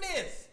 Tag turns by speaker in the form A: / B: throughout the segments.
A: this.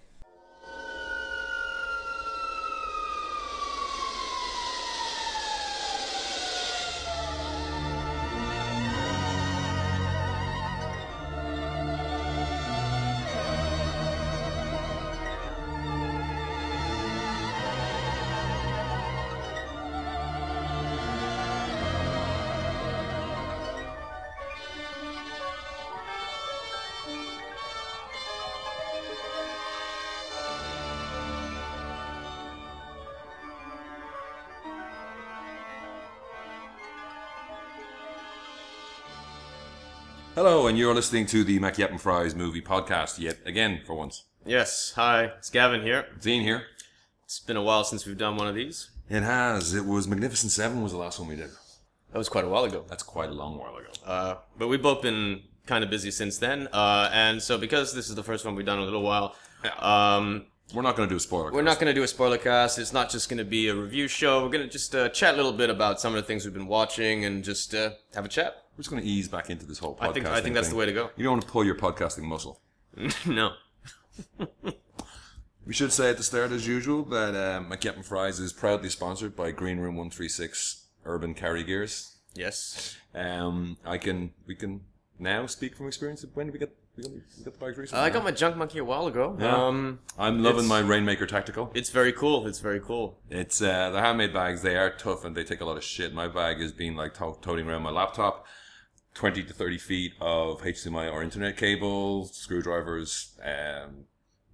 B: Hello, and you're listening to the Mackey Up and Fries movie podcast yet again for once.
C: Yes, hi, it's Gavin here.
B: Dean here.
C: It's been a while since we've done one of these.
B: It has. It was Magnificent Seven was the last one we did.
C: That was quite a while ago.
B: That's quite a long while ago.
C: Uh, but we've both been kind of busy since then. Uh, and so, because this is the first one we've done in a little while, um,
B: We're not going to do a spoiler.
C: we're not going to do a spoiler cast. It's not just going to be a review show. We're going to just uh, chat a little bit about some of the things we've been watching and just uh, have a chat.
B: We're just going to ease back into this whole podcast.
C: I think I think that's the way to go.
B: You don't want to pull your podcasting muscle.
C: no.
B: We should say at the start, as usual, that um, Mackey Up and Fries is proudly sponsored by Green Room One Three Six Urban Carry Gears.
C: Yes.
B: Um, I can. We can now speak from experience. When did we get? We got we got the bags recently.
C: I got my junk monkey a while ago.
B: Yeah.
C: Um,
B: I'm loving
C: it's-
B: my Rainmaker Tactical.
C: it's very cool. It's very cool.
B: It's uh, the handmade bags. They are tough and they take a lot of shit. My bag has been like to- toting around my laptop, twenty to thirty feet of HDMI or internet cable, screwdrivers, um,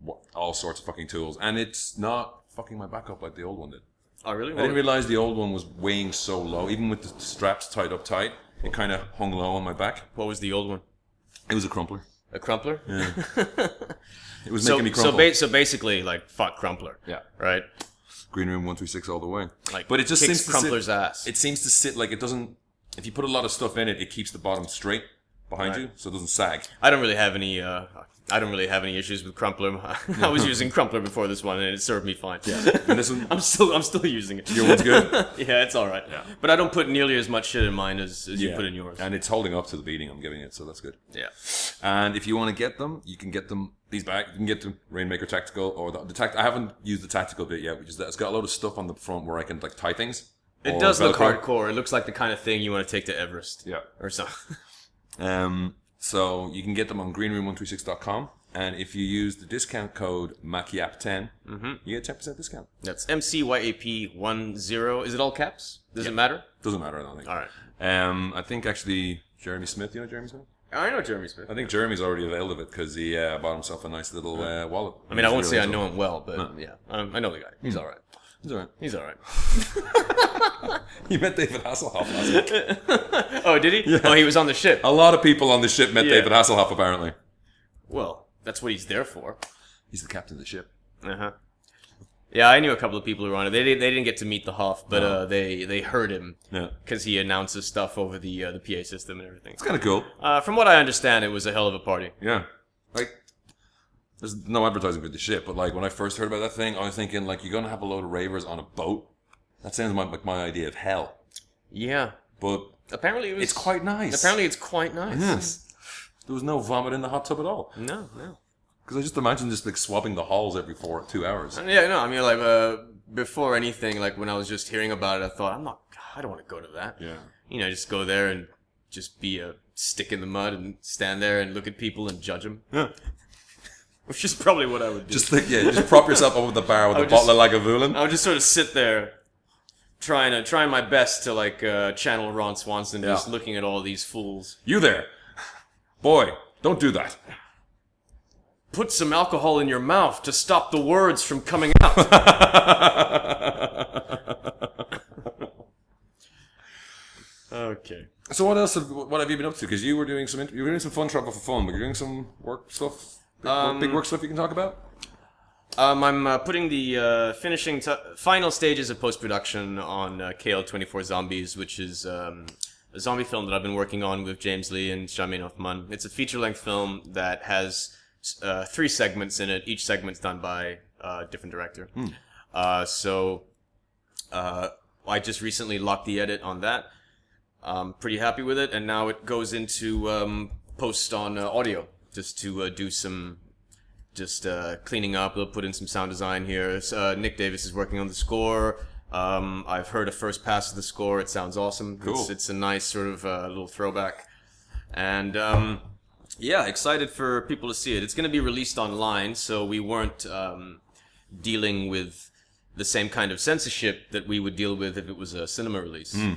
B: wha- all sorts of fucking tools, and it's not fucking my back up like the old one did.
C: Oh, really?
B: I didn't realize the old one was weighing so low, even with the straps tied up tight. It kind of hung low on my back.
C: what was the old one?
B: It was a crumpler.
C: A crumpler?
B: It was
C: so,
B: making me
C: so,
B: crumple.
C: ba- so basically, like, fuck crumpler.
B: yeah,
C: Right?
B: green room one three six all the way.
C: Like,
B: but it just
C: kicks
B: seems to sit-
C: crumpler's ass.
B: it seems to sit like it doesn't. If you put a lot of stuff in it, it keeps the bottom straight behind you, so it doesn't sag.
C: I don't really have any. Uh, I don't really have any issues with crumpler. I was using crumpler before this one, and it served me fine.
B: And this one,
C: I'm still, I'm still using it.
B: your one's good.
C: yeah, it's all right.
B: Yeah.
C: But I don't put nearly as much shit in mine as, as you put in yours.
B: and it's holding up to the beating I'm giving it, so that's good.
C: yeah.
B: And if you want to get them, you can get them these back. You can get them Rainmaker Tactical or the, the tact. I haven't used the tactical bit yet, which is that it's got a lot of stuff on the front where I can like tie things.
C: It
B: or
C: does look
B: Velcro.
C: hardcore. It looks like the kind of thing you want to take to Everest.
B: Yeah.
C: Or something.
B: Um, so you can get them on greenroom136.com. And if you use the discount code MACIAP10,
C: Mm-hmm.
B: you get 10% discount.
C: That's MCYAP10. Is it all caps? Does it matter?
B: Doesn't matter, I don't think.
C: All right.
B: Um, I think actually Jeremy Smith, you know Jeremy Smith?
C: I know Jeremy Smith.
B: I think Jeremy's already availed of it because he uh, bought himself a nice little uh, wallet.
C: I mean, I won't say I know him well, but yeah, um, I know the guy. He's all right.
B: He's all right.
C: He's all right.
B: You met David Hasselhoff last week.
C: Oh, did he? Oh, he was on the ship.
B: A lot of people on the ship met
C: Yeah.
B: David Hasselhoff, apparently.
C: Well, that's what he's there for.
B: He's the captain of the ship.
C: Uh huh. Yeah, I knew a couple of people who were on it. They didn't, they didn't get to meet the Hoff, but uh, they they heard him
B: Yeah.
C: because he announces stuff over the uh, the PA system and everything.
B: It's kind of cool.
C: Uh, from what I understand, it was a hell of a party.
B: Yeah. Like, there's no advertising for the ship, but like when I first heard about that thing, I was thinking, like, you're going to have a load of ravers on a boat? That sounds my, like my idea of hell.
C: Yeah,
B: But
C: apparently it was.
B: it's quite nice.
C: Apparently, it's quite nice.
B: Yes. There was no vomit in the hot tub at all.
C: No, no.
B: Because I just imagine just like swapping the halls every four, two hours.
C: Yeah, no. I mean, like uh, before anything, like when I was just hearing about it, I thought, I'm not. I don't want to go to that.
B: Yeah.
C: You know, just go there and just be a stick in the mud and stand there and look at people and judge them, which is probably what I would do.
B: Just like yeah, just prop yourself over the bar with a
C: would Uh,
B: bottle of Lagavulin.
C: I would just sort of sit there, trying to trying my best to like uh, channel Ron Swanson, just
B: Yeah.
C: looking at all these fools.
B: You there, boy? Don't do that.
C: Put some alcohol in your mouth to stop the words from coming out. okay.
B: So what else? Have, what have you been up to? Because you were doing some int- you were doing some fun travel for fun, but you're doing some work stuff. Big, work, big work stuff you can talk about.
C: Um, I'm uh, putting the uh, finishing t- final stages of post production on uh, KL24 Zombies, which is um, a zombie film that I've been working on with James Lee and Shamin Othman. It's a feature length film that has uh, three segments in it. Each segment's done by uh, a different director. Uh, so uh, I just recently locked the edit on that. I'm pretty happy with it, and now it goes into um, post on uh, audio just to uh, do some just uh, cleaning up. They'll put in some sound design here. It's, Uh, Nick Davis is working on the score. Um, I've heard a first pass of the score. It sounds awesome. It's,
B: Cool.
C: it's a nice sort of uh, little throwback. And um, yeah, excited for people to see it. It's going to be released online, so we weren't um, dealing with the same kind of censorship that we would deal with if it was a cinema release.
B: Hmm.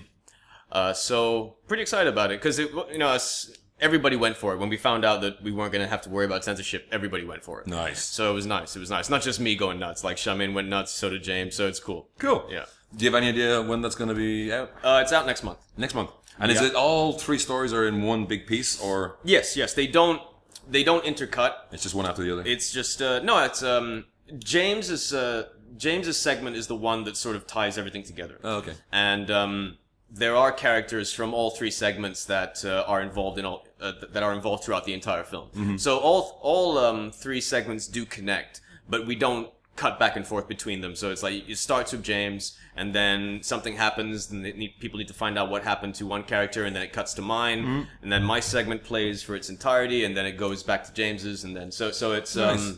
C: Uh, so pretty excited about it because it, you know, us, everybody went for it. When we found out that we weren't going to have to worry about censorship, everybody went for it.
B: Nice.
C: So it was nice. It was nice. Not just me going nuts. Like Charmaine went nuts. So did James. So it's cool.
B: Cool.
C: Yeah.
B: Do you have any idea when that's going to be out?
C: Uh, it's out next month.
B: Next month. And is
C: Yeah.
B: it all three stories are in one big piece, or
C: Yes. Yes. They don't. They don't intercut.
B: it's just one after the other?
C: It's just uh, no. It's um, James is uh, James's segment is the one that sort of ties everything together.
B: oh, okay.
C: and um, there are characters from all three segments that uh, are involved in all uh, th- that are involved throughout the entire film. So all all um, three segments do connect, but we don't cut back and forth between them. So it's like it starts with James, and then something happens, and they need, people need to find out what happened to one character, and then it cuts to mine, and then my segment plays for its entirety, and then it goes back to James's, and then so so it's. Um,
B: Nice.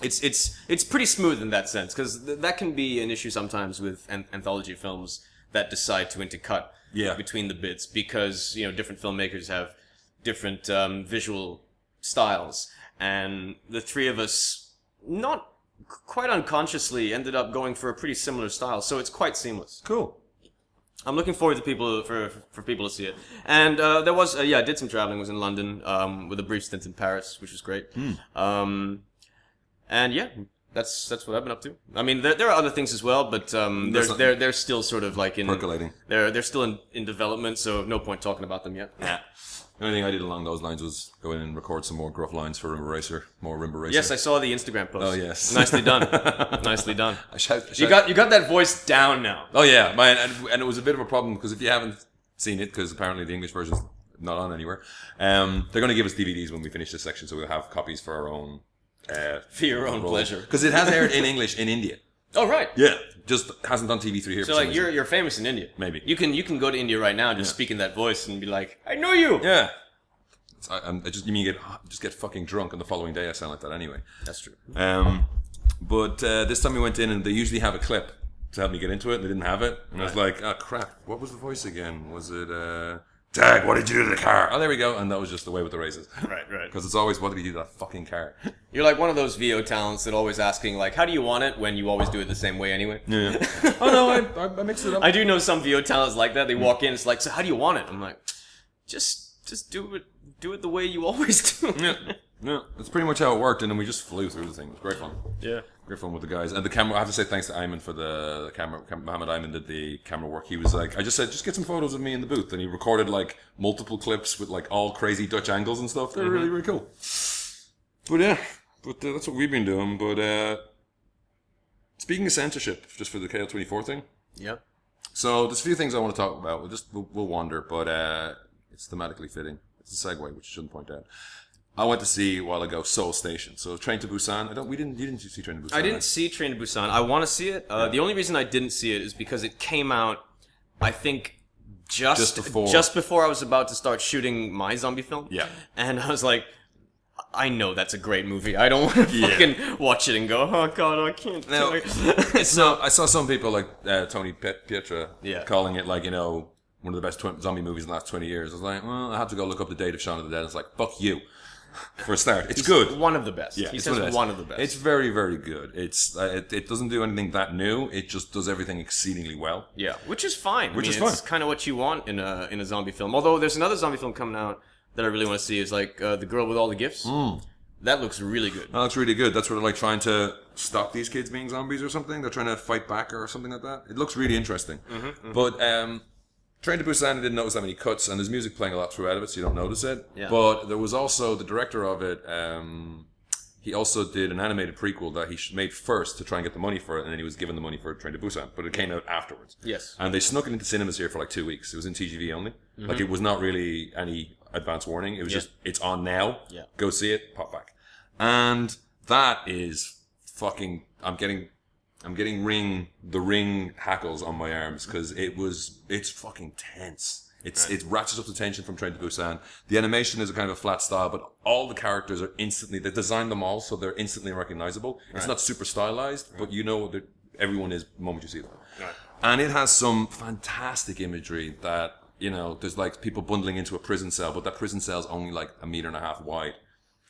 C: it's it's it's pretty smooth in that sense because th- that can be an issue sometimes with an- anthology films that decide to intercut
B: Yeah.
C: between the bits because you know different filmmakers have different um, visual styles and the three of us not c- quite unconsciously ended up going for a pretty similar style so it's quite seamless
B: Cool.
C: I'm looking forward to people for for people to see it. And uh, there was uh, yeah, I did some traveling. Was in London um, with a brief stint in Paris, which was great.
B: Hmm.
C: Um, and yeah, that's that's what I've been up to. I mean, there, there are other things as well, but um, they're
B: There's not-
C: they're they're still sort of like in
B: Percolating.
C: They're they're still in, in development, so no point talking about them yet.
B: The only thing I did along those lines was go in and record some more gruff lines for Rimba Racer, more Rimba Racer.
C: Yes, I saw the Instagram post.
B: Oh, yes.
C: nicely done, nicely done.
B: I shout, I
C: You
B: shout-
C: got you got that voice down now.
B: Oh yeah, man, and, and it was a bit of a problem because if you haven't seen it, because apparently the English version's not on anywhere, um, they're going to give us DVDs when we finish this section, so we'll have copies for our own uh,
C: For your own pleasure.
B: Because it has aired in English in India.
C: Oh right.
B: Yeah, just hasn't on TV three here.
C: So
B: for some
C: like
B: reason.
C: you're you're famous in India.
B: Maybe.
C: you can you can go to India right now and just speak in that voice and be like, I know you.
B: yeah. It's- I, I'm, I just you mean you get just get fucking drunk, and the following day I sound like that anyway.
C: That's true.
B: Um, but uh, this time we went in, and they usually have a clip to help me get into it, and they didn't have it. And I was like, oh crap, what was the voice again? Was it, uh, Dag, what did you do to the car? Oh, there we go. And that was just the way with the races.
C: Right, right.
B: Because it's always, what did he do to that fucking car?
C: You're like one of those VO talents that always asking like, how do you want it when you always do it the same way anyway.
B: Yeah. oh, no, I, I- I mixed it up.
C: I do know some VO talents like that. They walk in, it's like, so how do you want it? I'm like, just just do it do it the way you always do.
B: yeah. Yeah, that's pretty much how it worked, and then we just flew through the thing. It was great fun.
C: yeah.
B: Great fun with the guys. And the camera, I have to say thanks to Ayman for the, the camera. Cam- Mohammed Ayman did the camera work. He was like, I just said, just get some photos of me in the booth. And he recorded like multiple clips with like all crazy Dutch angles and stuff. They were really, really cool. Mm-hmm. But yeah, but uh, that's what we've been doing. But uh, speaking of censorship, just for the KL24 thing.
C: Yeah.
B: So there's a few things I want to talk about. We'll just, we'll, we'll wander, but uh, it's thematically fitting. It's a segue, which I shouldn't point out. I went to see a while ago Soul Station. So Train to Busan. I don't. We didn't. You didn't see Train to Busan.
C: I
B: right?
C: didn't see Train to Busan. I want to see it. Uh, The only reason I didn't see it is because it came out, I think, just
B: Just before.
C: just before I was about to start shooting my zombie film.
B: Yeah.
C: and I was like, I know that's a great movie. I don't want to
B: Yeah.
C: fucking watch it and go, oh god, I can't.
B: No.
C: so
B: I saw some people like uh, Tony Pie- Pietra
C: Yeah.
B: calling it like you know one of the best tw- zombie movies in the last twenty years. I was like, well, I had to go look up the date of Shaun of the Dead. It's like fuck you for a start. It's good.
C: One of the best.
B: Yeah,
C: he
B: it's
C: says
B: best.
C: one of the best.
B: It's very very good. It's uh, it, it doesn't do anything that new. It just does everything exceedingly well.
C: Yeah, which is fine.
B: Which
C: I mean,
B: is fine.
C: It's kind of what you want in a in a zombie film. Although there's another zombie film coming out that I really want to see is like uh, the girl with all the gifts.
B: Hmm.
C: That looks really good.
B: No, that's really good. That's where they're like trying to stop these kids being zombies or something. They're trying to fight back or something like that. It looks really interesting. But um, Train to Busan, I didn't notice that many cuts, and there's music playing a lot throughout of it, so you don't notice it.
C: Yeah.
B: But there was also the director of it. Um, he also did an animated prequel that he sh- made first to try and get the money for it, and then he was given the money for Train to Busan, but it came out afterwards.
C: Yes. Mm-hmm.
B: And they snuck it into cinemas here for like two weeks. It was in TGV only. Like it was not really any advance warning. It was just it's on now.
C: Yeah.
B: Go see it. Pop back. And that is fucking. I'm getting. I'm getting ring the ring hackles on my arms because it was. It's fucking tense. It's it ratchets up the tension from Train to Busan. The animation is a kind of a flat style, but all the characters are instantly. They designed them all so they're instantly recognizable. It's not super stylized, but you know that everyone is the moment you see them. And it has some fantastic imagery that you know. There's like people bundling into a prison cell, but that prison cell's only like a meter and a half wide.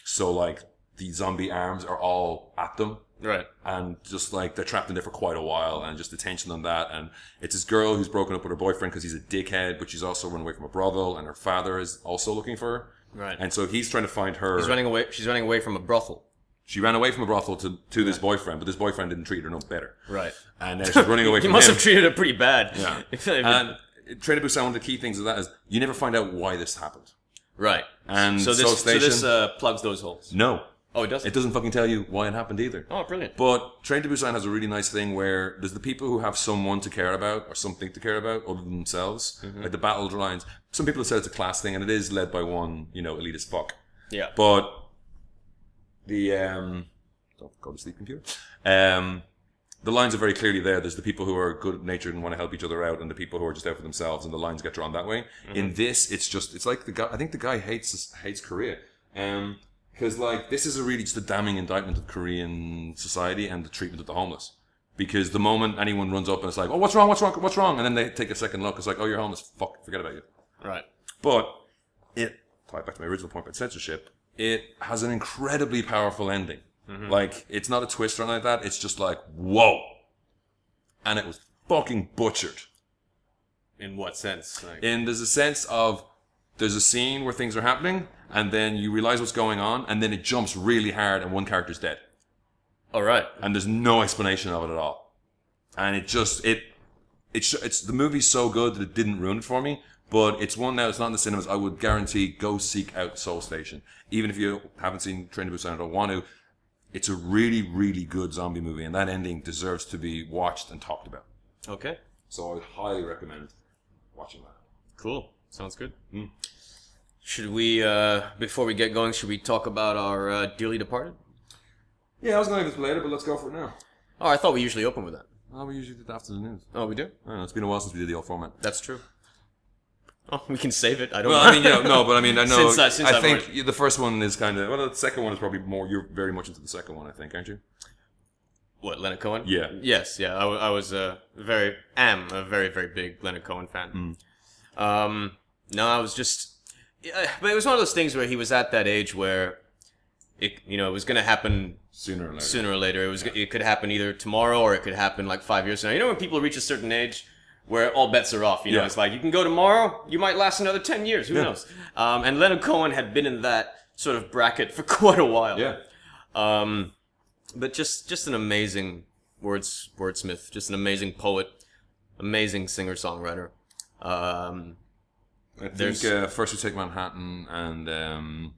B: So like the zombie arms are all at them
C: Right.
B: and just like they're trapped in there for quite a while and just the tension on that and it's this girl who's broken up with her boyfriend because he's a dickhead but she's also run away from a brothel and her father is also looking for her
C: Right.
B: and so he's trying to find her
C: She's running away. She's running away from a brothel.
B: she ran away from a brothel to, to this boyfriend but this boyfriend didn't treat her no better
C: Right.
B: and now she's running away
C: He
B: from
C: must
B: him
C: have treated her pretty bad.
B: Yeah.
C: If- if-
B: and Train to Busan one of the key things of that is you never find out why this happened
C: right.
B: and
C: So this,
B: Seoul
C: so
B: Station
C: this uh, plugs those holes.
B: no
C: Oh, it doesn't.
B: it doesn't fucking tell you why it happened either
C: oh, brilliant.
B: But Train to Busan has a really nice thing where there's the people who have someone to care about or something to care about other than themselves.
C: Mm-hmm.
B: Like the battle lines. Some people have said it's a class thing, and it is led by one, you know, elite as fuck.
C: Yeah.
B: But the um, don't go to sleep, computer. Um, the lines are very clearly there. There's the people who are good natured and want to help each other out, and the people who are just out for themselves, and the lines get drawn that way. In this, it's just it's like the guy. I think the guy hates hates Korea. Um, because like this is a really just a damning indictment of Korean society and the treatment of the homeless. Because the moment anyone runs up and it's like, oh, what's wrong? What's wrong? What's wrong? And then they take a second look. It's like, oh, you're homeless. Fuck, forget about you.
C: right.
B: But it, tie it back to my original point about censorship, it has an incredibly powerful ending. Like, it's not a twist or anything like that. It's just like, whoa. And it was fucking butchered.
C: In what sense? Like,
B: And there's a sense of there's a scene where things are happening, and then you realize what's going on, and then it jumps really hard, and one character's dead.
C: all right.
B: And there's no explanation of it at all. And it just, it, it sh- it's the movie's so good that it didn't ruin it for me. But it's one now. It's not in the cinemas. I would guarantee go seek out Soul Station, even if you haven't seen Train to Busan or don't want to. It's a really, really good zombie movie, and that ending deserves to be watched and talked about.
C: Okay.
B: So I would highly recommend watching that.
C: Cool. Sounds good. Hmm. Should we, uh, before we get going, should we talk about our uh, dearly departed?
B: Yeah, I was going to do this later, but let's go for it now.
C: Oh, I thought we usually open with that.
B: Oh, we usually do that after the news.
C: Oh, we do.
B: I don't know, it's been a while since we did the old format.
C: That's true. Oh, we can save it. I don't.
B: Well,
C: know.
B: I mean, you know, no, but I mean, I know.
C: Since I- since
B: I
C: I've
B: think
C: already-
B: you- the first one is kind of. Well, the second one is probably more. You're very much into the second one, I think, aren't you?
C: What Leonard Cohen?
B: Yeah.
C: Yes. Yeah. I, w- I was a very am a very very big Leonard Cohen fan.
B: Mm.
C: Um. No, I was just. Yeah, but it was one of those things where he was at that age where, it you know it was gonna happen
B: Sooner or later.
C: sooner or later. It was it could happen either tomorrow or it could happen like five years from now. You know when people reach a certain age where all bets are off. You know
B: Yeah.
C: it's like you can go tomorrow, you might last another ten years. Who
B: Yeah.
C: knows? Um, and Leonard Cohen had been in that sort of bracket for quite a while.
B: Yeah.
C: Um, but just just an amazing words wordsmith, just an amazing poet, amazing singer songwriter. Um,
B: I think
C: There's-
B: uh, first we take Manhattan and um,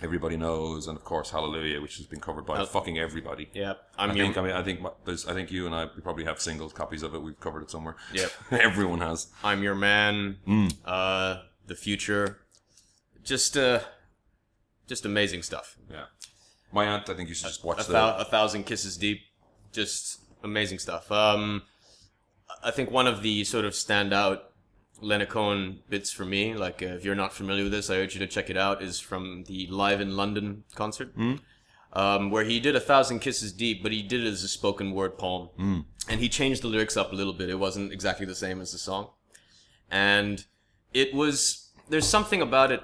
B: everybody knows, and of course Hallelujah, which has been covered by fucking everybody.
C: yeah, I'm
B: I
C: young.
B: think I mean I think my- there's I think you and I we probably have singles copies of it. We've covered it somewhere.
C: Yep.
B: everyone has.
C: I'm your man.
B: Hmm.
C: Uh, the future, just uh, just amazing stuff.
B: Yeah, my aunt. I think you should just watch
C: A,
B: the.
C: thou- a thousand kisses deep, just amazing stuff. Um, I think one of the sort of standout Leonard Cohen bits for me, like uh, if you're not familiar with this, I urge you to check it out. Is from the Live in London concert,
B: Hmm.
C: um, where he did a thousand kisses deep, but he did it as a spoken word poem,
B: Hmm.
C: and he changed the lyrics up a little bit. It wasn't exactly the same as the song, and it was there's something about it.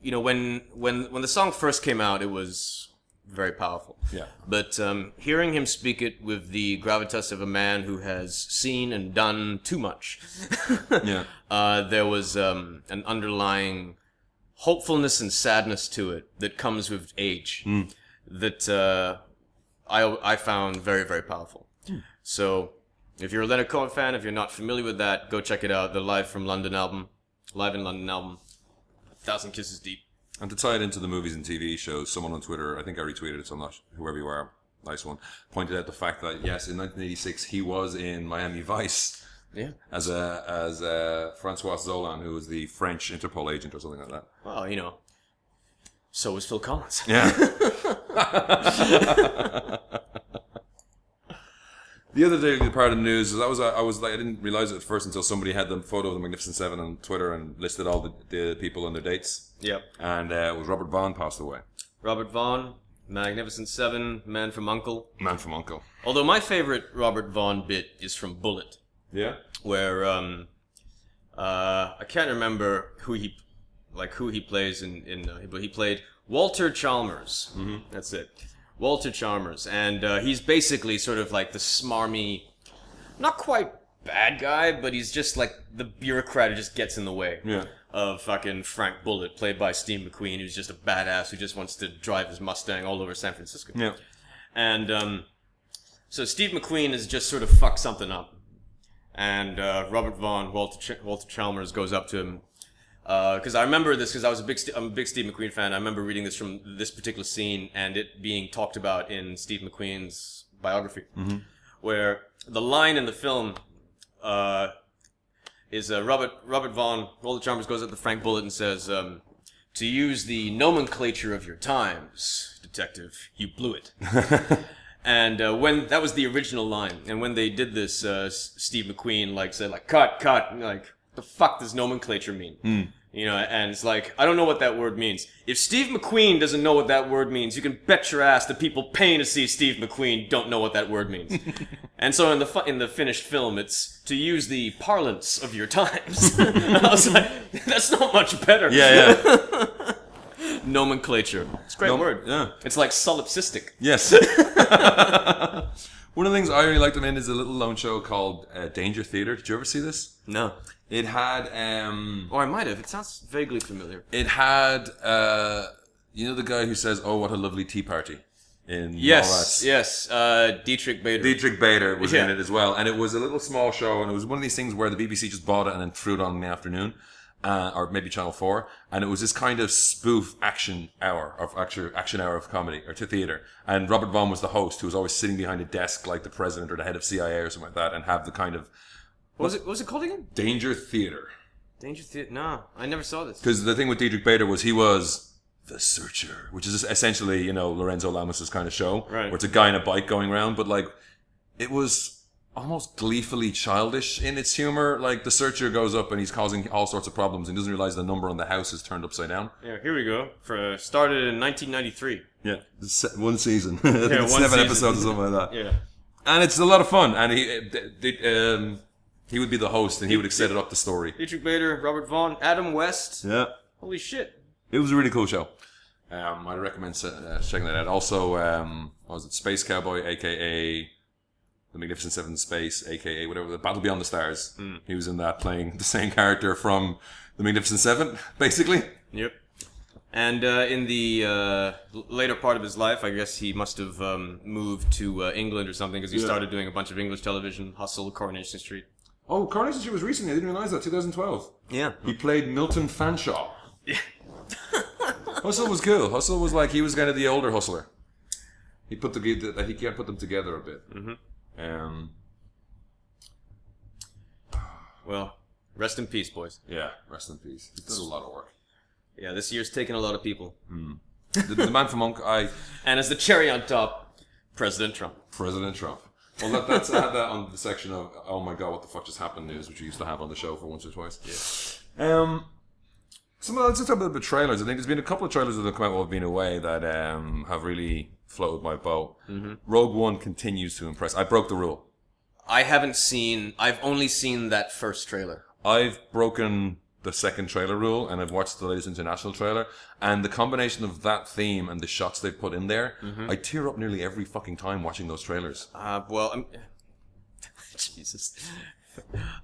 C: You know, when when when the song first came out, it was very powerful.
B: yeah,
C: But um, hearing him speak it with the gravitas of a man who has seen and done too much,
B: yeah,
C: uh, there was um, an underlying hopefulness and sadness to it that comes with age that uh, I, I found very, very powerful. So if you're a Leonard Cohen fan, if you're not familiar with that, go check it out. The Live from London album, Live in London album, Thousand Kisses Deep.
B: and to tie it into the movies and TV shows, someone on Twitter, I think I retweeted it, so I'm not whoever you are, nice one, pointed out the fact that yes, in 1986 he was in Miami Vice
C: Yeah.
B: as a as a Francois Zolan, who was the French Interpol agent or something like that.
C: Well, you know, so was Phil Collins.
B: Yeah. The other daily part of the news is I was I was like I didn't realize it at first until somebody had the photo of the Magnificent Seven on Twitter and listed all the, the people and their dates.
C: Yep.
B: And uh, it was Robert Vaughn passed away.
C: Robert Vaughn, Magnificent Seven, Man from Uncle.
B: Man from Uncle.
C: Although my favorite Robert Vaughn bit is from Bullet,
B: Yeah.
C: where um, uh, I can't remember who he like who he plays in in uh, but he played Walter Chalmers. Mm-hmm. That's it, Walter Chalmers, and uh, he's basically sort of like the smarmy, not quite bad guy, but he's just like the bureaucrat who just gets in the way
B: Yeah.
C: of fucking Frank Bullet, played by Steve McQueen, who's just a badass who just wants to drive his Mustang all over San Francisco.
B: Yeah.
C: And um, so Steve McQueen is just sort of fucked something up. And uh, Robert Vaughn, Walter, Ch- Walter Chalmers goes up to him. Because I remember this because I was a big, St- I'm a big Steve McQueen fan. I remember reading this from this particular scene and it being talked about in Steve McQueen's biography, where the line in the film uh, is uh, Robert Robert Vaughn, Walter Chalmers goes up to Frank Bullitt and says, um, "To use the nomenclature of your times, detective, you blew it." And uh, when that was the original line, and when they did this, uh, S- Steve McQueen like said like cut, cut, and, like the fuck does nomenclature mean?
B: Hmm.
C: You know, and it's like I don't know what that word means. If Steve McQueen doesn't know what that word means, you can bet your ass the people paying to see Steve McQueen don't know what that word means. and so in the fu- in the finished film, it's to use the parlance of your times. I was like, that's not much better.
B: Yeah. Yeah.
C: nomenclature. It's a great word.
B: Yeah.
C: It's like solipsistic.
B: Yes. One of the things I really liked him in is a little lone show called uh, Danger Theater. Did you ever see this?
C: No.
B: It had um,
C: Or I might have. It sounds vaguely familiar.
B: it had uh, you know the guy who says, "Oh, what a lovely tea party." In
C: Yes,
B: Mallrats?
C: yes. Uh, Dietrich Bader.
B: Dietrich Bader was in
C: Yeah.
B: it as well, and it was a little small show, and it was one of these things where the BBC just bought it and then threw it on in the afternoon, uh, or maybe Channel Four, and it was this kind of spoof action hour of action action hour of comedy or to theater, and Robert Vaughn was the host who was always sitting behind a desk like the president or the head of CIA or something like that, and have the kind of
C: what was it? What was it called again?
B: danger theater.
C: Danger Theater. No, I never saw this.
B: Because the thing with Diedrich Bader was he was the searcher, which is essentially, you know, Lorenzo Lamas' kind of show.
C: Right.
B: Where it's a guy on a bike going around, but like, it was almost gleefully childish in its humor. Like, the searcher goes up and he's causing all sorts of problems and doesn't realize the number on the house is turned upside down.
C: Yeah, here we go. For started in 1993.
B: Yeah. One season. I think
C: Yeah,
B: it's
C: one
B: seven
C: season.
B: episodes or something like that.
C: Yeah.
B: And it's a lot of fun. And he, uh, d- d- um, he would be the host and he would have set it up the story.
C: Dietrich Bader, Robert Vaughn, Adam West.
B: Yeah.
C: Holy shit.
B: It was a really cool show. Um, I recommend se- uh, checking that out. Also, um, what was it Space Cowboy, aka the Magnificent Seven in Space, aka whatever the Battle Beyond the Stars. He was in that playing the same character from the Magnificent Seven, basically.
C: Yep. And uh, in the uh, l- later part of his life, I guess he must have um, moved to uh, England or something because he started doing a bunch of English television, Hustle, Coronation Street.
B: Oh, Coronation Street was recently. I didn't realize that. 2012.
C: Yeah.
B: He played Milton Fanshawe. Hustle was cool. Hustle was like he was kind of the older hustler. He put the he can't put them together a bit. Mm-hmm. Um,
C: Well, rest in peace, boys.
B: yeah, rest in peace. He did a lot of work.
C: Yeah, this year's taken a lot of people.
B: the, the man from Monk, I
C: And as the cherry on top, President Trump.
B: President Trump. Well, that, that's I had that on the section of oh my god, what the fuck just happened news, which we used to have on the show for once or twice. Yeah. Um. Some of let's just talk about the trailers. I think there's been a couple of trailers that have come out while I've been away that um, have really floated my boat. Rogue One continues to impress. I broke the rule.
C: I haven't seen. I've only seen that first trailer.
B: I've broken the second trailer rule and I've watched the latest international trailer and the combination of that theme and the shots they've put in there, I tear up nearly every fucking time watching those trailers.
C: Uh, well, I'm. Jesus.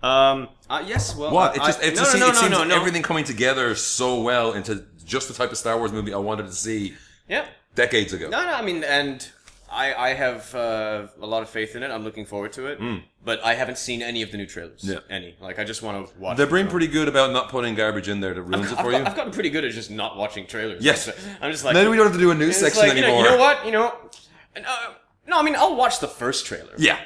C: Um. Uh, yes. Well.
B: What?
C: I-
B: It just,
C: I-
B: it,
C: no,
B: just
C: no,
B: it
C: no,
B: seems
C: no, no, no.
B: everything coming together so well into just the type of Star Wars movie I wanted to see
C: Yeah.
B: decades ago.
C: No, no. I mean, and I, I have uh, a lot of faith in it. I'm looking forward to it. But I haven't seen any of the new trailers.
B: Hmm. Yeah.
C: Any. Like, I just want to watch.
B: They're
C: it.
B: being pretty good about not putting garbage in there that ruins it
C: I've,
B: for
C: got-
B: you.
C: I've gotten pretty good at just not watching trailers.
B: Yes.
C: I'm just like.
B: Then we don't have to do a news
C: it's
B: section
C: like, you know-
B: anymore.
C: You know, what? You know. and, uh, no, I mean, I'll watch the first trailer.
B: Yeah.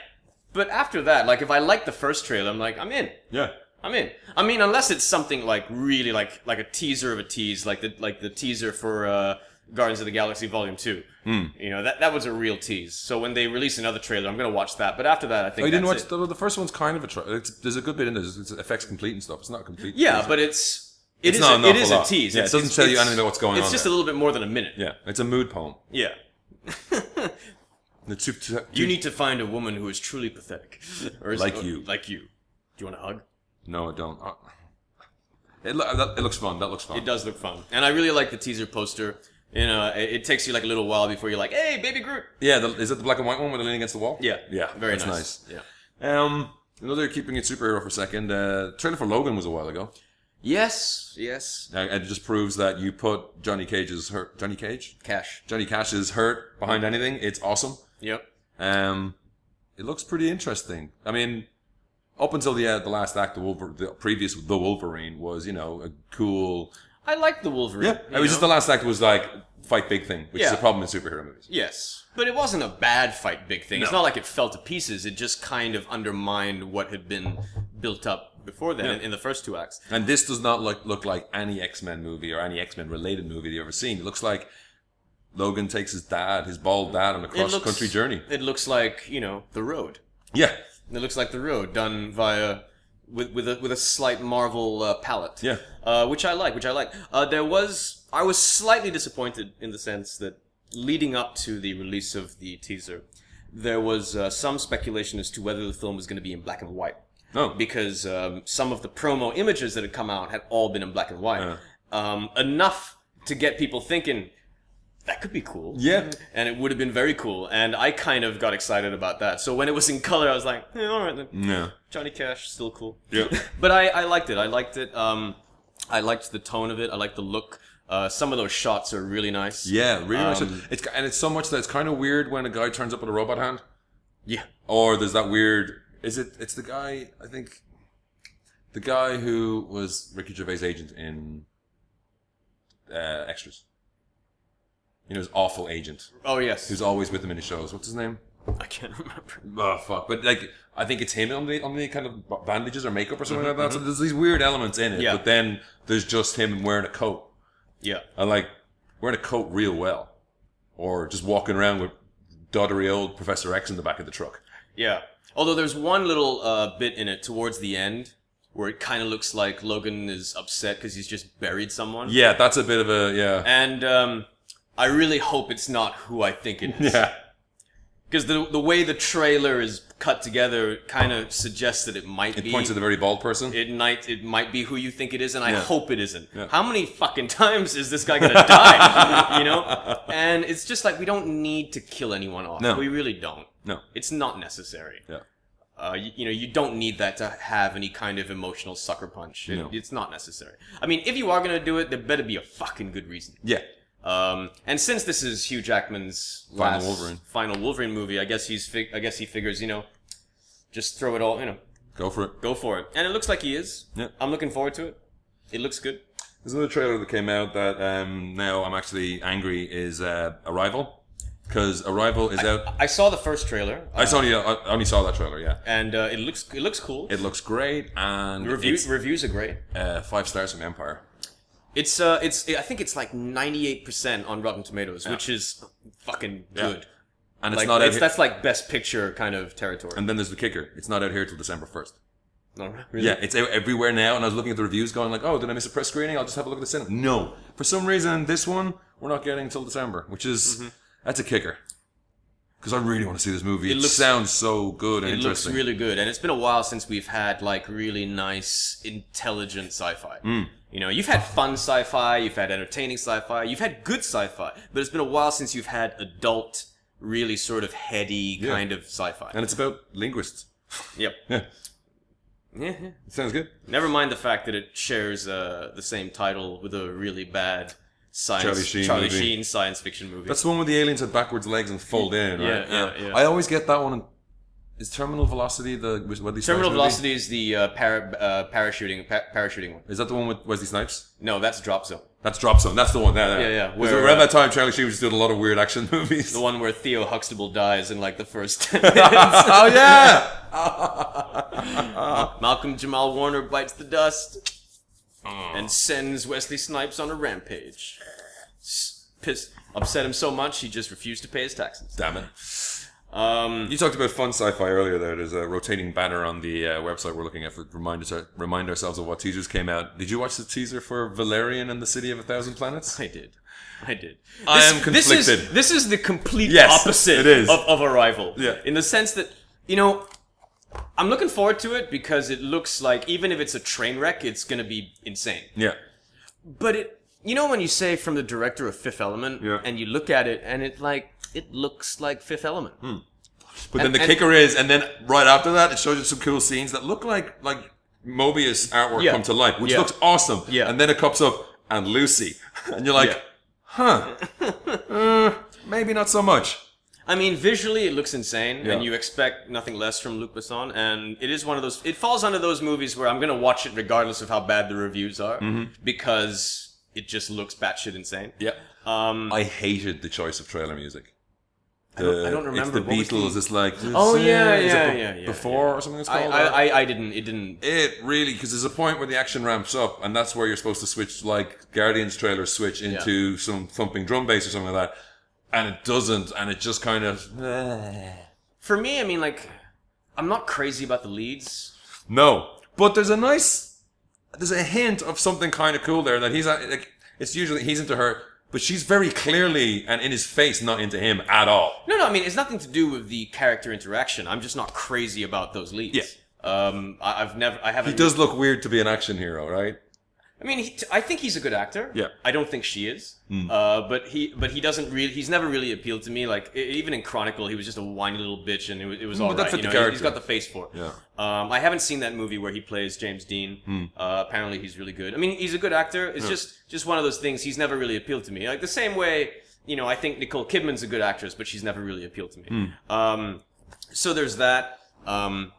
C: But after that, like, if I like the first trailer, I'm like, I'm in.
B: Yeah.
C: I'm in. I mean, unless it's something like really like like a teaser of a tease, like the like the teaser for uh, Guardians of the Galaxy Volume Two.
B: Hmm.
C: You know that that was a real tease. So when they release another trailer, I'm gonna watch that. But after that, I think
B: Oh, you didn't
C: that's
B: watch the, the first one's kind of a trailer. It's, there's a good bit in there. It's, it affects complete and stuff. It's not a complete.
C: it. Yeah,
B: teaser.
C: but it's it
B: It's
C: is
B: not
C: a,
B: an
C: it
B: awful
C: is a
B: lot.
C: tease.
B: Yeah, it
C: It's-
B: doesn't
C: it's-
B: tell you
C: it's-
B: anything about what's going
C: It's
B: on
C: just
B: there.
C: a little bit more than a minute.
B: yeah, it's a mood poem.
C: Yeah.
B: The two- two-
C: You need to find a woman who is truly pathetic, or is-
B: Like
C: or-
B: you.
C: Like you. Do you want a hug?
B: No, I don't. Uh, It, lo- that, it looks fun. That looks fun.
C: It does look fun, and I really like the teaser poster. You know, it, it takes you like a little while before you're like, "Hey, baby Groot."
B: Yeah, the, is it the black and white one where they're leaning against the wall? yeah,
C: Very
B: that's
C: nice. Yeah.
B: Um, another keeping it superhero for a second. Uh, trailer for Logan was a while ago.
C: Yes. Yes.
B: Uh, and it just proves that you put Johnny Cage's hurt. Johnny Cage.
C: Cash.
B: Johnny Cash's hurt behind anything. It's awesome.
C: Yep.
B: Um, it looks pretty interesting. I mean, up until the uh, the last act, the Wolver- the previous the Wolverine was you know a cool.
C: I like the Wolverine.
B: Yeah, it
C: you
B: was just
C: know?
B: the last act was like fight big thing, which is
C: Yeah.
B: a problem in superhero movies.
C: Yes, but it wasn't a bad fight. Big thing. It's
B: No.
C: not like it fell to pieces. It just kind of undermined what had been built up before then in, in the first two acts.
B: And this does not look look like any X Men movie or any X Men related movie you've ever seen. It looks like Logan takes his dad, his bald dad, on a
C: It
B: cross country journey.
C: It looks like you know the road.
B: Yeah,
C: It looks like the road done via with with a with a slight Marvel uh, palette.
B: Yeah.
C: uh, which I like. Which I like. Uh, there was I was slightly disappointed in the sense that leading up to the release of the teaser, there was uh, some speculation as to whether the film was going to be in black and white
B: no,
C: because um, some of the promo images that had come out had all been in black and white.
B: Yeah.
C: Um, enough to get people thinking that could be cool.
B: Yeah.
C: and it would have been very cool. And I kind of got excited about that. So when it was in color, I was like, "Eh, all right then.
B: no,
C: Johnny Cash, still cool.
B: Mm. Yeah.
C: but I, I liked it. I liked it. Um, I liked the tone of it. I liked the look. Uh, some of those shots are really nice.
B: yeah, really. much
C: Um,
B: it's and it's so much that it's kind of weird when a guy turns up with a robot hand.
C: Yeah.
B: Or there's that weird. Is it? It's the guy. I think the guy who was Ricky Gervais' agent in uh, Extras. You know, his awful agent
C: Oh yes.
B: who's always with him in his shows. What's his name?
C: I can't remember.
B: Oh fuck! But like, I think it's him on the on the kind of bandages or makeup or something like that. So there's these weird elements in it.
C: Yeah.
B: But then there's just him wearing a coat
C: Yeah.
B: and like wearing a coat real well, or just walking around with doddery old Professor X in the back of the truck.
C: Yeah. Although there's one little uh, bit in it towards the end where it kind of looks like Logan is upset because he's just buried someone.
B: Yeah, that's a bit of a yeah.
C: And um, I really hope it's not who I think it is.
B: Yeah.
C: Because the, the way the trailer is cut together kind of suggests that it might
B: It
C: be.
B: points at the very bald person.
C: it might it might be who you think it is, and I
B: Yeah.
C: hope it isn't.
B: Yeah.
C: How many fucking times is this guy gonna die? you know, and it's just like we don't need to kill anyone off.
B: No.
C: We really don't.
B: no.
C: It's not necessary.
B: Yeah.
C: Uh, you, you know, you don't need that to have any kind of emotional sucker punch. It-
B: No.
C: It's not necessary. I mean, if you are gonna do it, there better be a fucking good reason.
B: Yeah.
C: Um, and since this is Hugh Jackman's
B: Final
C: last
B: Wolverine.
C: final Wolverine movie, I guess he's fig- I guess he figures, you know, just throw it all, you know,
B: Go for it.
C: go for it. And it looks like he is.
B: Yeah.
C: I'm looking forward to it. It looks good.
B: There's another trailer that came out that um, now I'm actually angry is uh, Arrival because Arrival is out.
C: I saw the first trailer,
B: I saw only I only saw that trailer. Yeah.
C: and uh, it looks it looks cool.
B: It looks great and
C: Reviews
B: it's,
C: reviews are great.
B: uh, five stars from Empire.
C: It's uh, it's I think it's like 98 percent on Rotten Tomatoes, which is fucking good.
B: And it's
C: Like
B: not out
C: it's,
B: here.
C: that's like best picture kind of territory.
B: And then there's the kicker. It's not out here till December 1st.
C: No, really?
B: Yeah, it's out everywhere now. And I was looking at the reviews going like, oh, did I miss a press screening? I'll just have a look at the cinema. No. For some reason, this one, we're not getting until December, which is,
C: Mm-hmm.
B: that's a kicker. Because I really want to see this movie. It,
C: looks-
B: sounds so good and
C: It looks
B: interesting.
C: really good, and it's been a while since we've had like really nice, intelligent sci-fi.
B: Mm.
C: You know, you've had fun sci-fi, you've had entertaining sci-fi, you've had good sci-fi, but it's been a while since you've had adult, really sort of heady kind of sci-fi.
B: and it's about linguists.
C: Yep.
B: Yeah,
C: Yeah, yeah.
B: sounds good.
C: Never mind the fact that it shares uh, the same title with a really bad science
B: Charlie Sheen movie.
C: Sheen science fiction movie.
B: That's the one where the aliens had backwards legs and fold in,
C: Yeah,
B: right?
C: yeah, yeah.
B: I always get that one. Is Terminal Velocity the was Wesley Snipes
C: Terminal
B: movie?
C: Velocity is the uh, para- uh, parachuting pa- parachuting one.
B: Is that the one with Wesley Snipes?
C: No, that's Drop Zone.
B: That's Drop Zone. That's the one. Yeah,
C: Yeah, yeah,
B: Because
C: where,
B: around
C: uh,
B: that time, Charlie Sheen was doing a lot of weird action movies.
C: The one where Theo Huxtable dies in like the first. ten minutes.
B: oh yeah.
C: Malcolm Jamal Warner bites the
B: Oh.
C: dust and sends Wesley Snipes on a rampage. S- Piss. upset him so much he just refused to pay his taxes.
B: Damn it.
C: Um,
B: You talked about fun sci-fi earlier. There, there's a rotating banner on the uh, website we're looking at for remind us remind ourselves of what teasers came out. Did you watch the teaser for Valerian and the City of a Thousand Planets?
C: I did. I did.
B: I am
C: This is,
B: conflicted.
C: this is the complete
B: Yes,
C: opposite
B: it is.
C: Of, of Arrival.
B: Yeah.
C: In the sense that, you know, I'm looking forward to it because it looks like, even if it's a train wreck, it's going to be insane.
B: Yeah,
C: But it, you know, when you say from the director of Fifth Element,
B: Yeah.
C: and you look at it and it like, it looks like Fifth Element.
B: but
C: And-
B: then the
C: and-
B: kicker is, and then right after that, it shows you some cool scenes that look like like Mobius artwork
C: Yeah.
B: come to life, which
C: Yeah.
B: looks awesome.
C: Yeah.
B: and then it pops up and Lucy, and you're like,
C: Yeah.
B: huh, uh, maybe not so much.
C: I mean, visually it looks insane,
B: Yeah.
C: and you expect nothing less from Luc Besson. And it is one of those. It falls under those movies where I'm going to watch it regardless of how bad the reviews are, because it just looks batshit insane.
B: Mm-hmm. Yeah,
C: Um,
B: I hated the choice of trailer music.
C: I, don't, I don't
B: The-
C: remember. what was
B: It's the
C: the-
B: Beatles. It's like
C: Oh, yeah,
B: is it
C: yeah,
B: be-
C: yeah, yeah,
B: Before
C: yeah.
B: or something. It's
C: I,
B: called
C: I,
B: or-
C: I, I didn't. It didn't.
B: It really because there's a point where the action ramps up, and that's where you're supposed to switch, like Guardians trailer switch into some thumping drum bass or something like that, and it doesn't, and it just kind of
C: For me, I mean, like, I'm not crazy about the leads.
B: no. But there's a nice, there's a hint of something kind of cool there that he's at- like, it's usually he's into her, but she's very clearly and in his face not into him at all.
C: No, no. I mean, it's nothing to do with the character interaction. I'm just not crazy about those leads.
B: Yeah.
C: Um, I, I've never. I haven't.
B: He does look weird to be an action hero, right?
C: I mean, he, t- I think he's a good actor.
B: Yeah. Hmm.
C: I don't think she is. Uh, but he, but he doesn't really. He's never really appealed to me. Like e- even in Chronicle, he was just a whiny little bitch, and it was, it was
B: Mm,
C: all
B: but that
C: right.
B: fit
C: You
B: the
C: know, he- he's
B: character.
C: got the face for. it.
B: Yeah. Hmm.
C: Um, I haven't seen that movie where he plays James Dean. Uh, apparently, he's really good. I mean, he's a good actor. It's just just one of those things. He's never really appealed to me. Like the same way, you know, I think Nicole Kidman's a good actress, but she's never really appealed to me.
B: Hmm.
C: Um, so there's that. Um,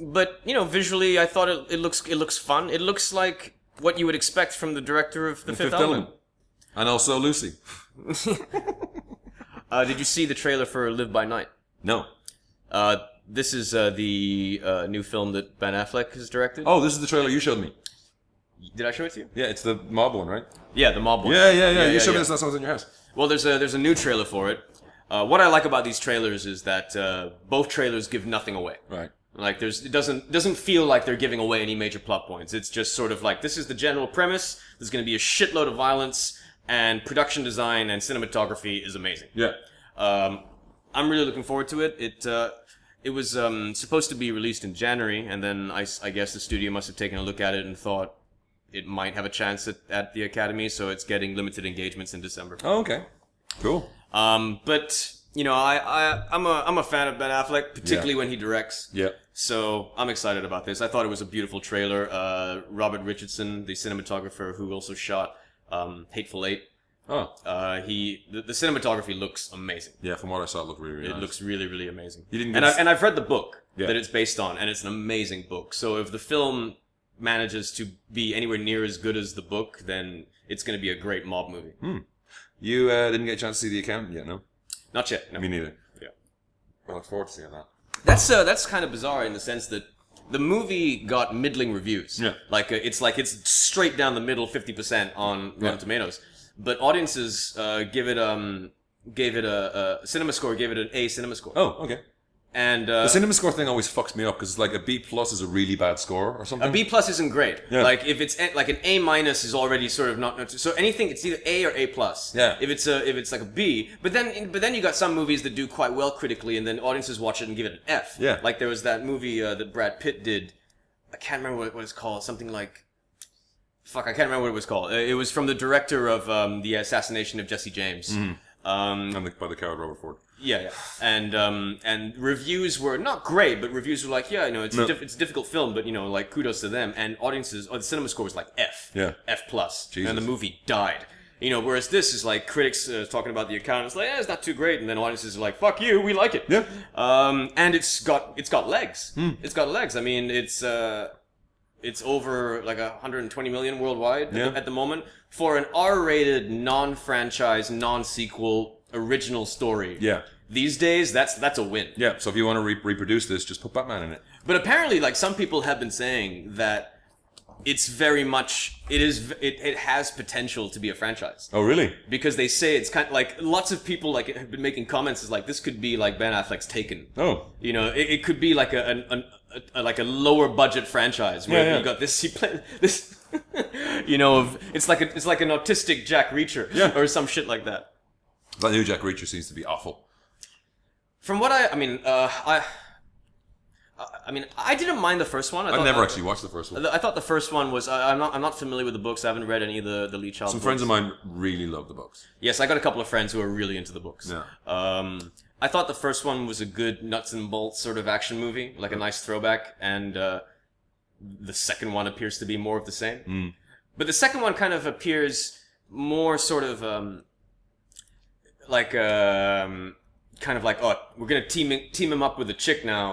C: but you know, visually, I thought it, it looks it looks fun. It looks like what you would expect from the director of The, Fifth, Element.
B: and also Lucy.
C: Uh, did you see the trailer for Live by Night?
B: No.
C: Uh, this is uh, the uh, new film that Ben Affleck has directed.
B: Oh, this is the trailer you showed me.
C: did I show it to you?
B: Yeah, it's the mob one, right?
C: Yeah, the mob one.
B: Yeah, yeah, yeah.
C: Yeah,
B: you
C: yeah,
B: showed
C: yeah.
B: me this last time I was in your house.
C: Well, there's a there's a new trailer for it. Uh, what I like about these trailers is that uh, both trailers give nothing away.
B: Right.
C: Like there's it doesn't doesn't feel like they're giving away any major plot points. It's just sort of like this is the general premise. There's going to be a shitload of violence, and production design and cinematography is amazing.
B: Yeah.
C: Um, I'm really looking forward to it. It uh, it was um, supposed to be released in January, and then I, s- I guess the studio must have taken a look at it and thought it might have a chance at, at the Academy, so it's getting limited engagements in December.
B: Oh, okay. Cool.
C: Um, but you know, I, I I'm a I'm a fan of Ben Affleck, particularly when he directs.
B: Yeah.
C: So I'm excited about this. I thought it was a beautiful trailer. Uh, Robert Richardson, the cinematographer who also shot um, Hateful Eight,
B: Oh,
C: uh, he the, the cinematography looks amazing.
B: yeah. From what I saw, it looked really, really
C: It
B: nice.
C: looks really, really amazing.
B: You didn't
C: and,
B: get-
C: I, and I've read the book
B: Yeah.
C: that it's based on, and it's an amazing book. So if the film manages to be anywhere near as good as the book, then it's going to be a great mob movie.
B: Hmm. You uh, didn't get a chance to see the accountant yet, no?
C: Not yet. No.
B: Me neither.
C: Yeah.
B: I look forward to seeing that.
C: That's uh, that's kind of bizarre in the sense that the movie got middling reviews.
B: Yeah.
C: Like uh, it's like it's straight down the middle, fifty percent on Rotten Tomatoes, but audiences uh, give it um gave it a, a cinema score gave it an A cinema score.
B: Oh, okay.
C: And uh,
B: The cinema score thing always fucks me up because it's like a B plus is a really bad score or something.
C: a B plus isn't great.
B: Yeah.
C: Like if it's a, like an A minus is already sort of not not- so anything it's either A or A plus.
B: Yeah.
C: If it's a if it's like a B, but then but then you got some movies that do quite well critically, and then audiences watch it and give it an F.
B: Yeah.
C: Like there was that movie uh, that Brad Pitt did. I can't remember what it was called. Something like. Fuck, I can't remember what it was called. Uh, It was from the director of um, the assassination of Jesse James.
B: Mm-hmm.
C: Um,
B: And the, by the coward Robert Ford.
C: yeah, yeah. And um, and reviews were not great, but reviews were like, yeah, you know, it's a
B: No.
C: diff- it's a difficult film, but you know, like kudos to them. And audiences, oh, the cinema score was like F,
B: Yeah.
C: F plus,
B: Jesus.
C: and the movie died. You know, whereas this is like critics uh, talking about the account, it's like, eh, it's not too great, and then audiences are like, fuck you, we like it.
B: Yeah. Hmm.
C: Um, and it's got it's got legs. It's got legs. I mean, it's uh, it's over like 120 million worldwide at the-
B: Yeah.
C: at, the moment for an R-rated, non-franchise, non-sequel original story.
B: Yeah.
C: These days, that's that's a win.
B: Yeah. So if you want to re- reproduce this, just put Batman in it.
C: But apparently, like some people have been saying that it's very much it is v- it, it has potential to be a franchise
B: Oh, really?
C: because they say it's kind of like lots of people like have been making comments is like this could be like Ben Affleck's Taken.
B: Oh,
C: You know, it, it could be like a, an, an, a, a like a lower budget franchise where
B: Yeah, yeah.
C: you got this he play, this you know of, it's like a, it's like an autistic Jack Reacher
B: Yeah.
C: or some shit like that.
B: that new Jack Reacher seems to be awful.
C: From what I I mean uh, I I- I mean I didn't mind the first one. I
B: I've
C: thought-
B: never
C: I-
B: actually watched the first one.
C: I thought the first one was I, I'm not I'm not familiar with the books. I haven't read any of the the Lee Child.
B: Some
C: books.
B: friends of mine really love the books.
C: Yes, I got a couple of friends who are really into the books.
B: Yeah.
C: Um, I thought the first one was a good nuts and bolts sort of action movie, like a nice throwback, and uh, the second one appears to be more of the same.
B: Mm.
C: But the second one kind of appears more sort of um, like um, kind of like oh we're gonna team team him up with a chick now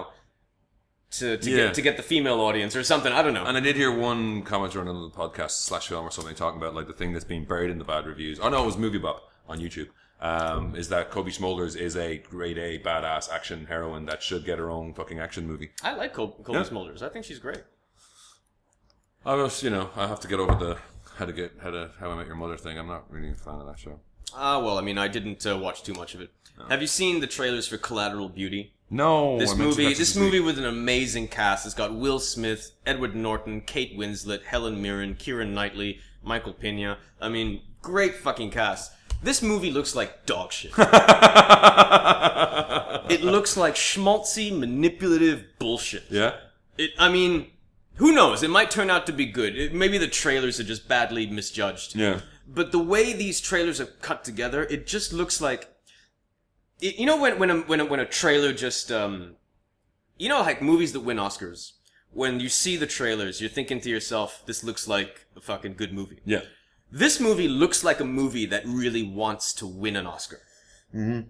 C: to to
B: Yeah.
C: get to get the female audience or something. I don't know.
B: And I did hear one commenter on another podcast slash film or something talking about like the thing that's being buried in the bad reviews. Oh no, it was Movie Bob on YouTube. Um, is that Kobe Smulders is a grade A badass action heroine that should get her own fucking action movie.
C: I like Col- Colby
B: Yeah.
C: Smulders. I think she's great.
B: I was, you know, I have to get over the how to get how to how I met your mother thing. I'm not really a fan of that show.
C: Ah, well, I mean, I didn't uh, watch too much of it. Have you seen the trailers for Collateral Beauty?
B: No,
C: This
B: I meant to
C: movie,
B: catch it
C: this
B: week.
C: movie with an amazing cast. It's got Will Smith, Edward Norton, Kate Winslet, Helen Mirren, Kieran Knightley, Michael Pena. I mean, great fucking cast. This movie looks like dog shit. it looks like schmaltzy, manipulative bullshit.
B: Yeah,
C: It, I mean, who knows? It might turn out to be good. It, maybe the trailers are just badly misjudged.
B: yeah.
C: But the way these trailers are cut together, it just looks like, it, you know, when when a, when a, when a trailer just, um, you know, like movies that win Oscars. When you see the trailers, you're thinking to yourself, "This looks like a fucking good movie."
B: Yeah.
C: This movie looks like a movie that really wants to win an Oscar, mm-hmm.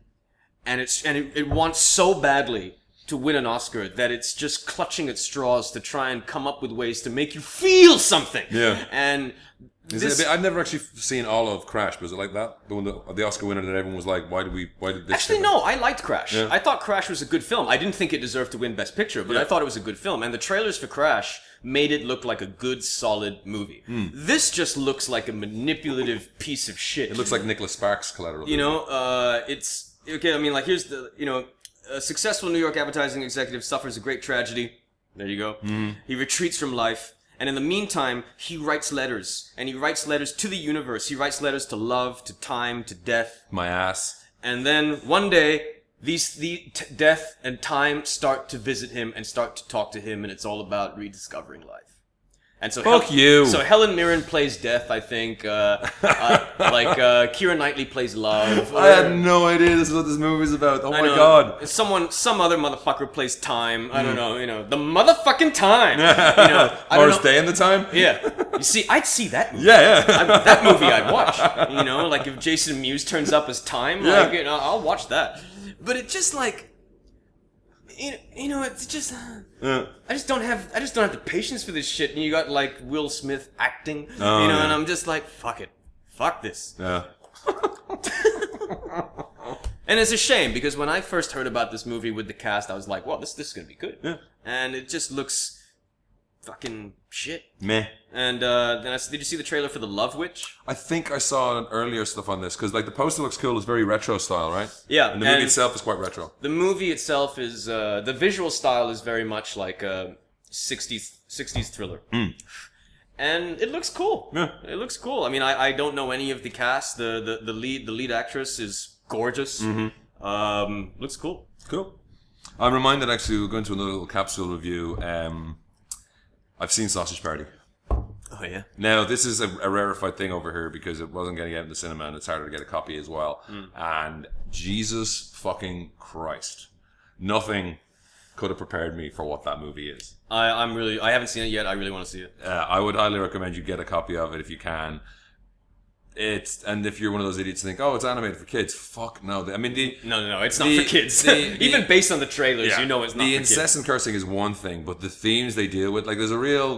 C: and it's and it, it wants so badly to win an Oscar that it's just clutching at straws to try and come up with ways to make you feel something.
B: Yeah.
C: and
B: Is
C: this,
B: it a bit, I've never actually f- seen all of Crash, but is it like that? The one that, the Oscar winner that everyone was like, why did we, why did this?
C: Actually,
B: happen?
C: no. I liked Crash. I thought Crash was a good film. I didn't think it deserved to win Best Picture, but I thought it was a good film. And the trailers for Crash made it look like a good, solid movie.
B: Hmm.
C: This just looks like a manipulative piece of shit.
B: It looks like Nicholas Sparks collateral.
C: you know, uh, it's okay. I mean, like here's the you know, a successful New York advertising executive suffers a great tragedy. There you go.
B: Hmm.
C: He retreats from life. And in the meantime, he writes letters. And he writes letters to the universe. He writes letters to love, to time, to death,
B: my ass.
C: and then one day, these the t- death and time start to visit him and start to talk to him, and it's all about rediscovering life. And so
B: Fuck you.
C: So Helen Mirren plays death, I think. Uh, uh, like uh, Kira Knightley plays love.
B: I had no idea this is what this movie's about. Oh
C: I
B: my
C: know,
B: god.
C: Someone, some other motherfucker plays time. I
B: Hmm.
C: don't know. You know the motherfucking time. you know, I don't
B: Morris
C: know.
B: Day in the time?
C: Yeah. You see, I'd see that movie.
B: Yeah, yeah.
C: I, that movie I'd watch. You know, like if Jason Mewes turns up as time,
B: Yeah.
C: like you know, I'll watch that. But it just like, you know, you know, it's just. uh,
B: Yeah.
C: I just don't have I just don't have the patience for this shit. And you got like Will Smith acting,
B: Oh,
C: you know,
B: yeah.
C: and I'm just like, fuck it, fuck this.
B: Yeah.
C: And it's a shame because when I first heard about this movie with the cast, I was like, wow, this this is gonna be good.
B: Yeah.
C: And it just looks fucking shit.
B: Meh.
C: And uh, then I s- did you see the trailer for the Love Witch?
B: I think I saw an earlier stuff on this because like the poster looks cool. It's very retro style, right?
C: Yeah,
B: And the movie
C: and-
B: itself is quite retro.
C: the movie itself is uh, the visual style is very much like a 60s 60s thriller and it looks cool
B: Hmm. Yeah.
C: it looks cool i mean I, I don't know any of the cast the, the the lead the lead actress is gorgeous
B: Mm-hmm.
C: um, looks cool
B: Cool. I'm reminded actually we're going to another little capsule review. Um, I've seen Sausage Party.
C: oh yeah
B: Now this is a, a rarefied thing over here because it wasn't getting out in the cinema and it's harder to get a copy as well. And Jesus fucking Christ, nothing could have prepared me for what that movie is.
C: I, i'm really i haven't seen it yet i really want to see it
B: Uh, I would highly recommend you get a copy of it if you can. It's and if you're one of those idiots who think, oh, it's animated for kids. Fuck no. The- I mean, the
C: no no no it's not
B: The-
C: for kids
B: the- the-
C: even based on the trailers you know it's not
B: the
C: for kids
B: incessant cursing is one thing, but the themes they deal with, like there's a real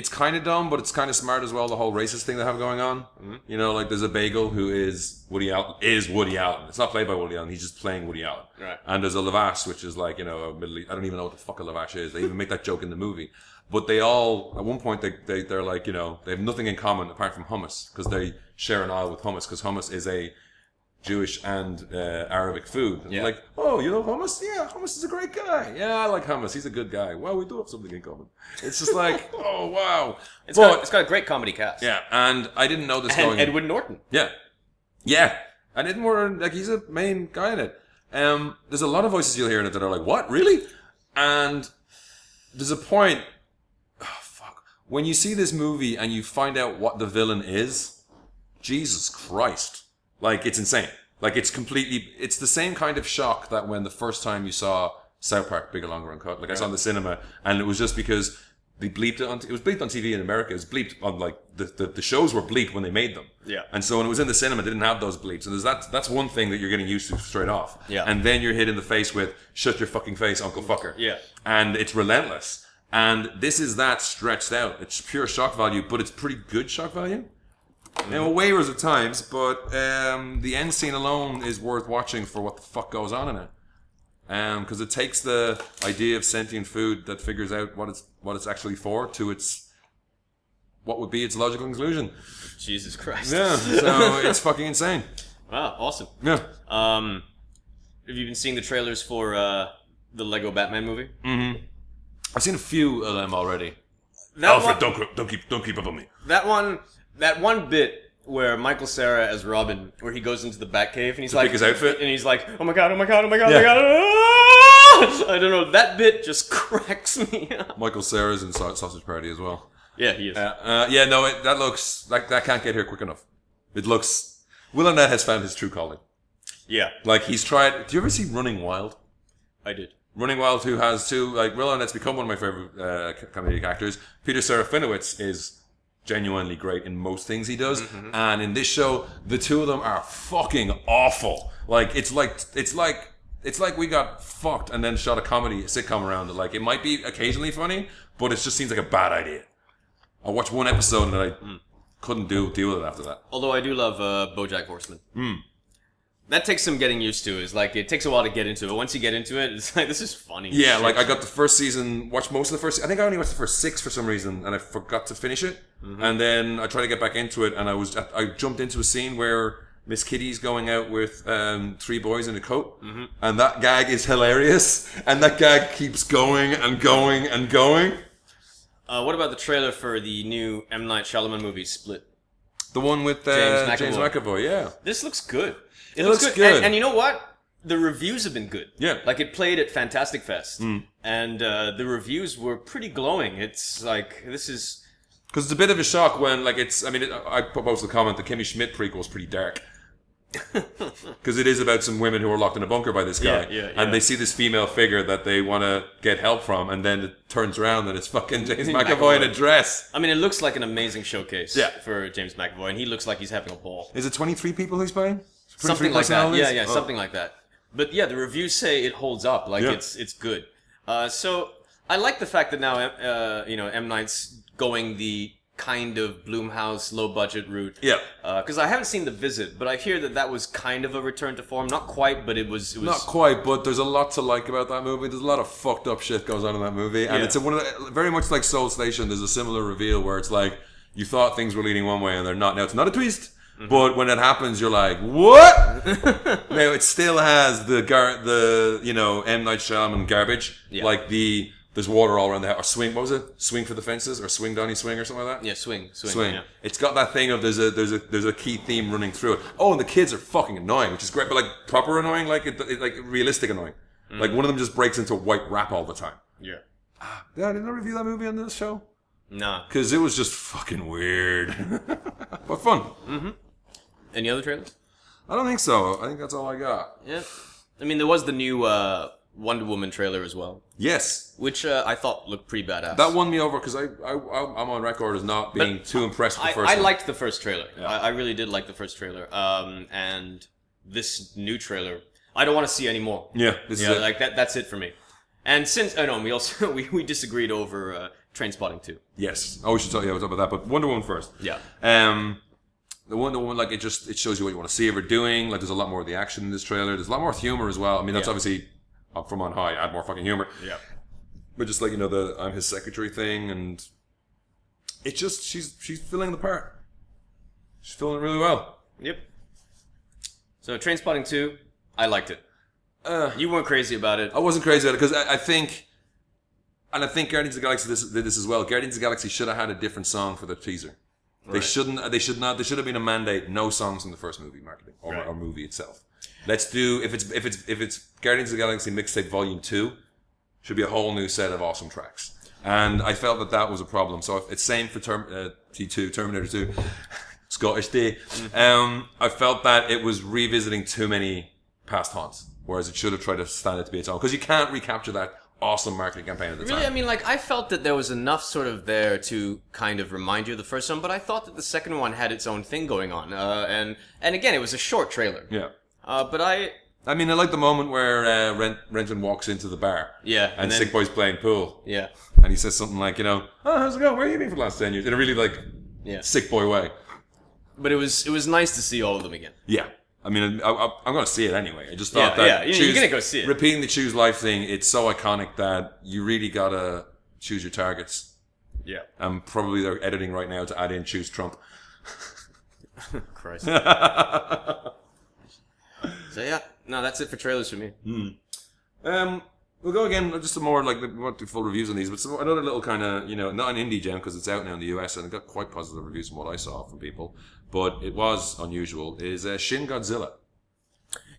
B: it's kind of dumb, but it's kind of smart as well. The whole racist thing they have going on.
C: Mm-hmm.
B: You know, like there's a bagel who is Woody Allen is Woody Allen. It's not played by Woody Allen. He's just playing Woody Allen.
C: Right.
B: And there's a Lavash, which is like you know, a Middle East, I don't even know what the fuck a Lavash is. They even make that joke in the movie. But they all at one point they, they they're like you know they have nothing in common apart from hummus because they share an aisle with hummus because hummus is a Jewish and uh, Arabic food. And
C: Yeah.
B: Like, oh, you know hummus? Yeah, hummus is a great guy. Yeah, I like hummus. He's a good guy. Wow, we do have something in common. It's just like, oh wow.
C: It's
B: But-
C: got, it's got a great comedy cast.
B: yeah, and I didn't know this
C: And
B: going.
C: Edward Norton.
B: yeah, yeah, and Edward like he's a main guy in it. Um, there's a lot of voices you'll hear in it that are like, what really? And there's a point. Oh, fuck. When you see this movie and you find out what the villain is, Jesus Christ! Like it's insane. Like it's completely. It's the same kind of shock that when the first time you saw South Park, Bigger, Longer, and Cut. Like I saw it in the cinema, and it was just because they bleeped it on. It was bleeped on TV in America. It was bleeped on like the the, the shows were bleeped when they made them.
C: Yeah.
B: And so when it was in the cinema, they didn't have those bleeps. And there's that. That's one thing that you're getting used to straight off.
C: Yeah.
B: And then you're hit in the face with "Shut your fucking face, Uncle Fucker."
C: Yeah.
B: And it's relentless. And this is that stretched out. It's pure shock value, but it's pretty good shock value. Now it wavers at times, but um, the end scene alone is worth watching for what the fuck goes on in it. Because it takes the idea of sentient food that figures out what it's what it's actually for to its what would be its logical conclusion.
C: Jesus Christ.
B: Yeah, so it's fucking insane.
C: Wow, awesome.
B: Yeah.
C: Um, have you been seeing the trailers for uh, the Lego Batman movie?
B: Mm. I've seen a few of them already.
C: That
B: Oh,
C: one,
B: don't don't keep don't keep up on me.
C: that one, that one bit where Michael Sarah as Robin, where he goes into the Batcave and he's like
B: pick his outfit?
C: and he's like, oh my god, oh my god, oh my god, oh
B: Yeah.
C: my god. ah!" I don't know. That bit just cracks me up.
B: Michael Sarah's in Sau- Sausage Party as well.
C: Yeah, he is.
B: Uh, uh, yeah, no, it, that looks like that can't get here quick enough. It looks Will Arnett has found his true calling.
C: yeah,
B: Like he's tried. Do you ever see Running Wild?
C: I did.
B: Running Wild, who has two like Will Arnett's become one of my favorite uh, c- comedic actors. Peter Serafinowicz is genuinely great in most things he does, and in this show, the two of them are fucking awful. Like it's like it's like it's like we got fucked and then shot a comedy a sitcom around it. Like it might be occasionally funny, but it just seems like a bad idea. I watched one episode and I couldn't do deal with it after that.
C: Although I do love uh, BoJack Horseman.
B: Hmm.
C: That takes some getting used to. Is like it takes a while to get into it. Once you get into it, it's like this is funny.
B: Yeah,
C: Shit.
B: like I got the first season, watched most of the first. I think I only watched the first six for some reason, and I forgot to finish it. And then I tried to get back into it, and I was I jumped into a scene where Miss Kitty's going out with um, three boys in a coat, and that gag is hilarious, and that gag keeps going and going and going.
C: Uh, what about the trailer for the new M Night Shyamalan movie Split?
B: The one with uh,
C: James
B: James, McAvoy.
C: McAvoy.
B: yeah,
C: This looks good. It,
B: looks good.
C: And, and you know what? The reviews have been good.
B: Yeah. Mm.
C: Like it played at Fantastic Fest, and uh, the reviews were pretty glowing. It's like this is
B: because it's a bit of a shock when like it's. I mean, it, I put most of the comment the Kimmy Schmidt prequel is pretty dark. because it is about some women who are locked in a bunker by this guy,
C: Yeah, yeah, yeah.
B: and they see this female figure that they want to get help from, and then it turns around and it's fucking James McAvoy in a dress.
C: I mean, it looks like an amazing showcase.
B: Yeah.
C: For James McAvoy, and he looks like he's having a ball.
B: Is it twenty three people he's playing?
C: Something like that. Yeah, yeah, something like that. But yeah, the reviews say it holds up. Like
B: Oh. Yeah.
C: it's it's good. Uh, so I like the fact that now uh, you know M Night's going the kind of Bloomhouse low budget route.
B: Yeah,
C: because Uh, I haven't seen the visit, but I hear that that was kind of a return to form. Not quite, but it was. It was
B: not quite, but there's a lot to like about that movie. There's a lot of fucked up shit goes on in that movie, and
C: Yeah.
B: it's a, one of the, very much like Soul Station. There's a similar reveal where it's like you thought things were leading one way and they're not. Now it's not a twist.
C: Mm-hmm.
B: But when it happens, you're like, "What?" Now it still has the gar- the you know M Night Shyamalan garbage,
C: Yeah.
B: like the there's water all around the house. Or swing, what was it? Swing for the fences, or swing Donnie swing, or something like that.
C: yeah, swing, swing,
B: swing.
C: Yeah.
B: It's got that thing of there's a there's a there's a key theme running through it. Oh, and the kids are fucking annoying, which is great, but like proper annoying, like it, it, like realistic annoying.
C: Mm.
B: Like one of them just breaks into white rap all the time.
C: yeah.
B: Yeah, didn't I review that movie on this show?
C: Nah.
B: Because it was just fucking weird, but fun.
C: Any other trailers?
B: I don't think so. I think that's all I got.
C: Yeah. I mean, there was the new uh, Wonder Woman trailer as well,
B: Yes,
C: which uh, I thought looked pretty badass.
B: That won me over because I, I I- I'm on record as not being too impressed with
C: I,
B: the first
C: I
B: one.
C: liked the first trailer. I, I really did like the first trailer. Um, and this new trailer, I don't want to see any more.
B: yeah, this
C: Yeah,
B: is it.
C: oh, like that. That's it for me. And since I know, we also we, we disagreed over uh, Train Spotting too.
B: Yes. Oh, we should talk, yeah, we'll talk about that. But Wonder Woman first.
C: Yeah.
B: Um, the Wonder Woman, like, it just it shows you what you want to see of her doing. Like, there's a lot more of the action in this trailer. There's a lot more humor as well. I mean, that's
C: Yeah.
B: obviously up from on high. Add more fucking humor.
C: Yeah.
B: But just like you know, the I'm his secretary thing, and it just she's she's filling the part. She's filling it really well.
C: Yep. So Train Spotting two, I liked it.
B: Uh,
C: You weren't crazy about it.
B: I wasn't crazy about it because I, I think, and I think Guardians of the Galaxy this, did this as well. Guardians of the Galaxy should have had a different song for their teaser. They
C: Right.
B: shouldn't. They should not. They should have been a mandate. No songs in the first movie marketing or,
C: Right.
B: or movie itself. Let's do if it's if it's if it's Guardians of the Galaxy mixtape volume two, should be a whole new set of awesome tracks. And I felt that that was a problem. So if- it's same for Term, uh, T2, Terminator 2, Scottish D. Um, I felt that it was revisiting too many past haunts, whereas it should have tried to stand it to be its own. Because you can't recapture that awesome marketing campaign at the
C: Really, I
B: time.
C: mean, like I felt that there was enough sort of there to kind of remind you of the first one, but I thought that the second one had its own thing going on. Uh, and and again, it was a short trailer.
B: Yeah.
C: Uh, but I
B: I mean, I like the moment where uh, Ren- Renton walks into the bar.
C: Yeah,
B: And,
C: and then-
B: Sick Boy's playing pool.
C: yeah
B: And he says something like, you know, oh, how's it going? Where have you been for the last 10 years? In a really, like,
C: yeah.
B: Sick Boy way.
C: But it was it was nice to see all of them again.
B: Yeah. I mean, I, I, I'm going to see it anyway. I just thought
C: Yeah,
B: that.
C: yeah, you- you're gonna go see it.
B: Repeating the choose life thing, it's so iconic that you really got to choose your targets.
C: Yeah.
B: And probably they're editing right now to add in choose Trump.
C: Christ. so yeah, no, that's it for trailers for me.
B: Um, we'll go again, just some more, like, we won't do full reviews on these, but some, another little kind of, you know, not an indie gem because it's out now in the US and it got quite positive reviews from what I saw from people, but it was unusual, is uh, Shin Godzilla.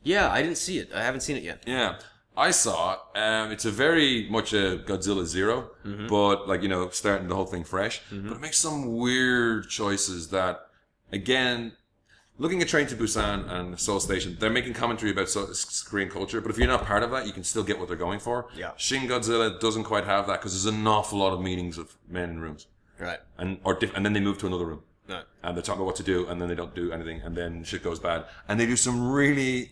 C: Yeah, I didn't see it. I haven't seen it yet.
B: Yeah, I saw. it. Um, it's a very much a Godzilla 0 but like you know, starting the whole thing fresh. But it makes some weird choices that, again, looking at Train to Busan and Seoul Station, they're making commentary about so- s- Korean culture. But if you're not part of that, you can still get what they're going for.
C: Yeah.
B: Shin Godzilla doesn't quite have that because there's an awful lot of meanings of men in rooms,
C: Right.
B: and or diff- and then they move to another room
C: No.
B: and they're talking about what to do, and then they don't do anything, and then shit goes bad. And they do some really.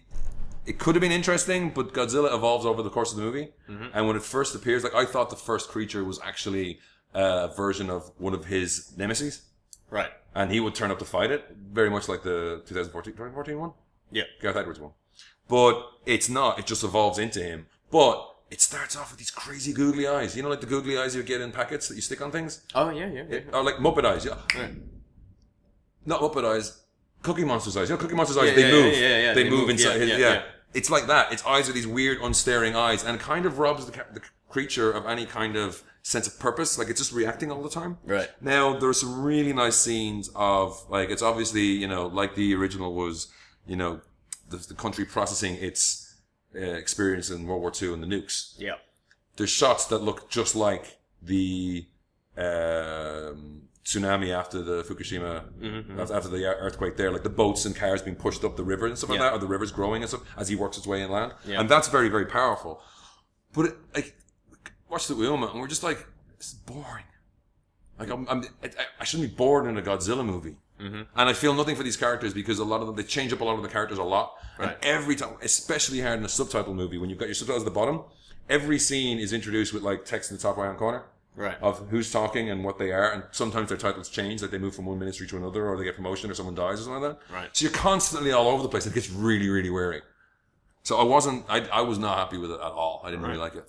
B: It could have been interesting, but Godzilla evolves over the course of the movie.
C: Mm-hmm.
B: And when it first appears, like I thought the first creature was actually a version of one of his nemesis,
C: Right.
B: and he would turn up to fight it, very much like the 2014, 2014 one,
C: Yeah.
B: Gareth Edwards one. But it's not, it just evolves into him. But it starts off with these crazy googly eyes. You know, like the googly eyes you get in packets that you stick on things?
C: Oh yeah, yeah. yeah.
B: Or like Muppet Eyes, yeah. Not Muppet Eyes, Cookie Monster's eyes. You know, Cookie Monster's eyes,
C: Yeah,
B: they
C: yeah,
B: move.
C: yeah, yeah, yeah,
B: They,
C: they
B: move,
C: move.
B: inside.
C: Yeah,
B: his, yeah,
C: yeah, yeah.
B: It's like that. Its eyes are these weird, unstaring eyes, and it kind of robs the, ca- the creature of any kind of sense of purpose. Like it's just reacting all the time.
C: Right.
B: Now, there are some really nice scenes of, like, it's obviously, you know, like the original was, you know, the, the country processing its uh, experience in World War II and the nukes
C: Yeah.
B: there's shots that look just like the um, tsunami after the Fukushima,
C: Mm-hmm,
B: af- after the e-, earthquake there, like the boats and cars being pushed up the river and stuff like
C: Yeah.
B: that, or the river's growing and stuff as he works his way inland.
C: Yeah.
B: And that's very, very powerful. But it, like, watch the Uoma, and we're just like, this is boring. Like, I'm, I'm, I, I shouldn't be bored in a Godzilla movie. And I feel nothing for these characters because a lot of them, they change up a lot of the characters a lot.
C: Right.
B: And every time, especially hard in a subtitle movie, when you've got your subtitles at the bottom, every scene is introduced with like text in the top right hand corner
C: Right.
B: of who's talking and what they are. And sometimes their titles change, like they move from one ministry to another, or they get promotion, or someone dies, or something like that.
C: Right.
B: So you're constantly all over the place. It gets really, really weary. So I wasn't, I, I was not happy with it at all. I didn't really like it.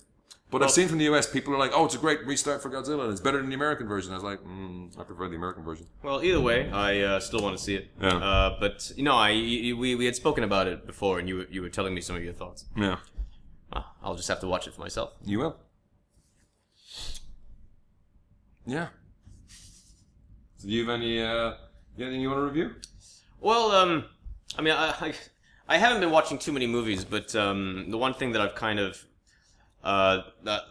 B: But I've seen from the US, people are like, oh, it's a great restart for Godzilla, and it's better than the American version. I was like, mm, I prefer the American version.
C: Well, either way, I uh, still want to see it.
B: Yeah.
C: Uh, but you know, I y- y- we, we had spoken about it before, and you were- you were telling me some of your thoughts.
B: Yeah.
C: Uh, I'll just have to watch it for myself.
B: You will. Yeah. So do you have any uh you have anything you want to review?
C: Well, um, I mean, I, I, I haven't been watching too many movies, but um, the one thing that I've kind of uh, that,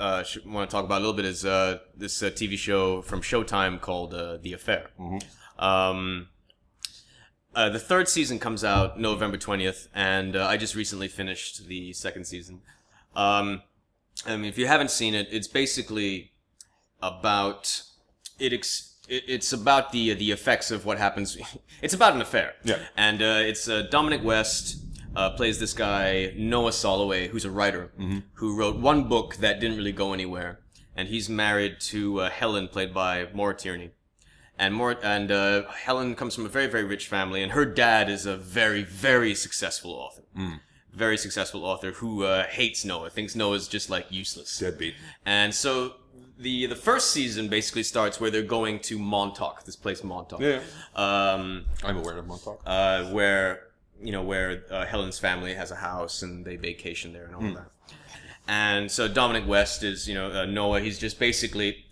C: uh, sh- want to talk about a little bit is uh, this uh, TV show from Showtime called uh, The Affair. Um, uh, the third season comes out November 20th, and uh, I just recently finished the second season. Um, I mean, if you haven't seen it, it's basically about it. Ex- it- it's about the the effects of what happens. it's about an affair.
B: Yeah.
C: And uh, it's uh, Dominic West uh, plays this guy Noah Soloway, who's a writer who wrote one book that didn't really go anywhere, and he's married to uh, Helen, played by Maura Tierney. And Maura, and uh, Helen comes from a very very rich family, and her dad is a very very successful author,
B: Mm.
C: very successful author who uh, hates Noah, thinks Noah is just like useless.
B: Deadbeat.
C: And so the the first season basically starts where they're going to Montauk, this place Montauk,
B: Yeah.
C: um,
B: I'm aware of Montauk.
C: uh, where you know where uh, Helen's family has a house and they vacation there and all that. And so Dominic West is you know uh, Noah. He's just basically.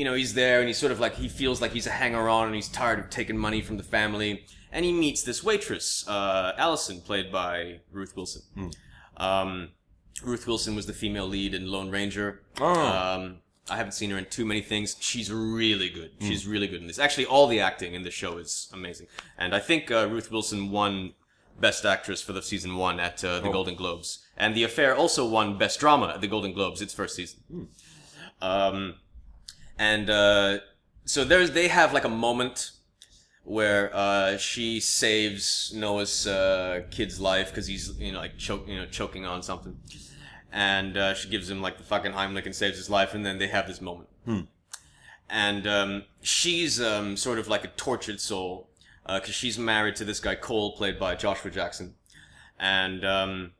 C: You know, he's there and he's sort of like, he feels like he's a hanger on and he's tired of taking money from the family. And he meets this waitress, uh, Allison, played by Ruth Wilson. Um, Ruth Wilson was the female lead in Lone Ranger.
B: Oh.
C: Um, I haven't seen her in too many things. She's really good. She's really good in this. Actually, all the acting in this show is amazing. And I think uh, Ruth Wilson won Best Actress for the season one at uh, the Golden Globes. And The Affair also won Best Drama at the Golden Globes, its first season. Um, and uh, so there's they have like a moment where uh, she saves Noah's uh, kid's life because he's you know like choke you know choking on something, and uh, she gives him like the fucking Heimlich and saves his life, and then they have this moment. And um, she's um, sort of like a tortured soul because she's married to this guy Cole, played by Joshua Jackson, and. Um,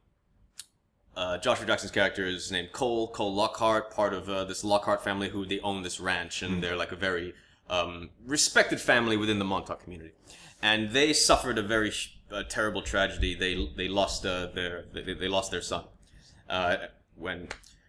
C: uh, Joshua Jackson's character is named Cole, Cole Lockhart, part of uh, this Lockhart family who they own this ranch, and they're like a very um, respected family within the Montauk community. And they suffered a very sh- uh, terrible tragedy. They they lost uh, their they, they lost their son uh, when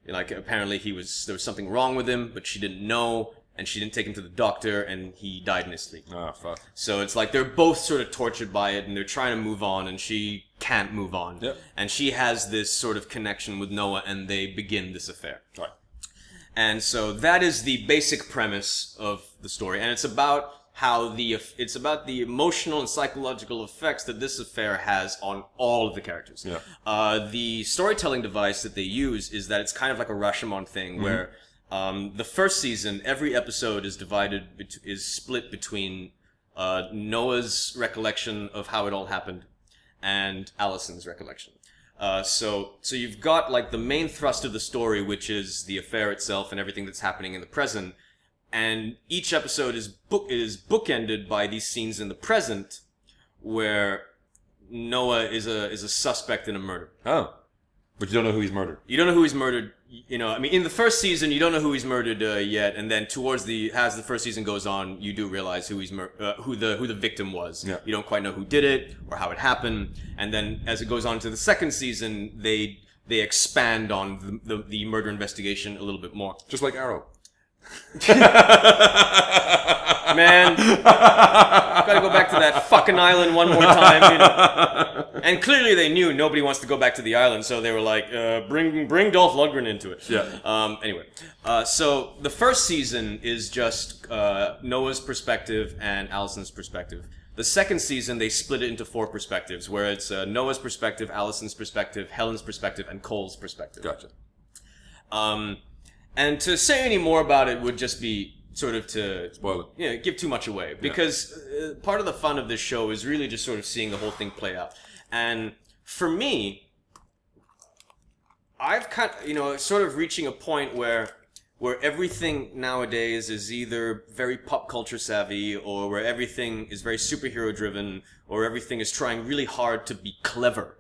C: like apparently he was there was something wrong with him, but she didn't know, and she didn't take him to the doctor, and he died in his sleep.
B: Ah, fuck.
C: So it's like they're both sort of tortured by it and they're trying to move on and she can't move on.
B: Yep.
C: And she has this sort of connection with Noah and they begin this affair.
B: Right.
C: And so that is the basic premise of the story and it's about how the it's about the emotional and psychological effects that this affair has on all of the characters.
B: Yeah.
C: Uh, the storytelling device that they use is that it's kind of like a Rashomon thing where um, the first season, every episode is divided, bet- is split between uh, Noah's recollection of how it all happened and Allison's recollection. Uh, so, so you've got like the main thrust of the story, which is the affair itself and everything that's happening in the present. And each episode is book is bookended by these scenes in the present, where Noah is a is a suspect in a murder.
B: Oh. But you don't know who he's murdered.
C: You don't know who he's murdered. y- You know, I mean, in the first season, you don't know who he's murdered uh, yet, and then towards the as the first season goes on, you do realize who he's mur- uh, who the who the victim was.
B: Yeah.
C: You don't quite know who did it or how it happened, and then as it goes on to the second season, they they expand on the, the, the murder investigation a little bit more.
B: Just like Arrow.
C: Man, gotta go back to that fucking island one more time. You know? And clearly, they knew nobody wants to go back to the island, so they were like, uh, "Bring, bring Dolph Lundgren into it."
B: Yeah.
C: Um. Anyway, uh, so the first season is just uh, Noah's perspective and Allison's perspective. The second season, they split it into four perspectives, where it's uh, Noah's perspective, Allison's perspective, Helen's perspective, and Cole's perspective.
B: Gotcha.
C: Um, and to say any more about it would just be sort of to
B: Spoil it.
C: yeah, give too much away because uh, part of the fun of this show is really just sort of seeing the whole thing play out. And for me, I've kind you know sort of reaching a point where where everything nowadays is either very pop culture savvy or where everything is very superhero driven or everything is trying really hard to be clever.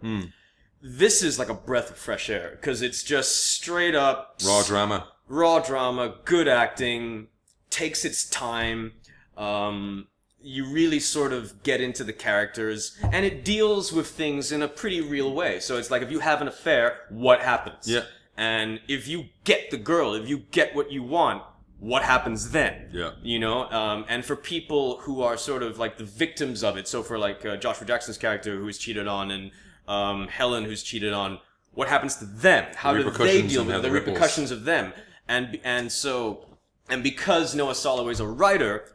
C: This is like a breath of fresh air because it's just straight up
B: Raw drama.
C: raw drama, good acting, takes its time. Um, you really sort of get into the characters, and it deals with things in a pretty real way. So it's like if you have an affair, what happens?
B: Yeah.
C: And if you get the girl, if you get what you want, what happens then?
B: Yeah.
C: You know, um, and for people who are sort of like the victims of it, so for like uh, Joshua Jackson's character who is cheated on and um, Helen who's cheated on, what happens to them? How do they
B: repercussions
C: deal
B: and
C: with
B: how
C: it? the
B: the ripples-
C: repercussions of them? And and so and because Noah Soloway is a writer,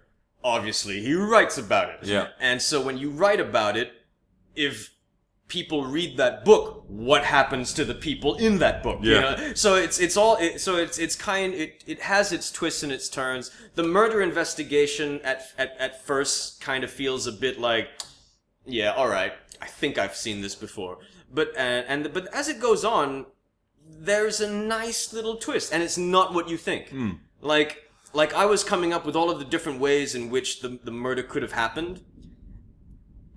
C: obviously he writes about it.
B: Yeah.
C: And so when you write about it, if people read that book, what happens to the people in that book? you
B: Yeah.
C: know? so it's it's all it, so it's it's kind it it has its twists and its turns. The murder investigation at at at first kind of feels a bit like yeah, all right. I think I've seen this before. But uh, and but as it goes on, there's a nice little twist, and it's not what you think.
B: Hmm.
C: Like, like I was coming up with all of the different ways in which the, the murder could have happened,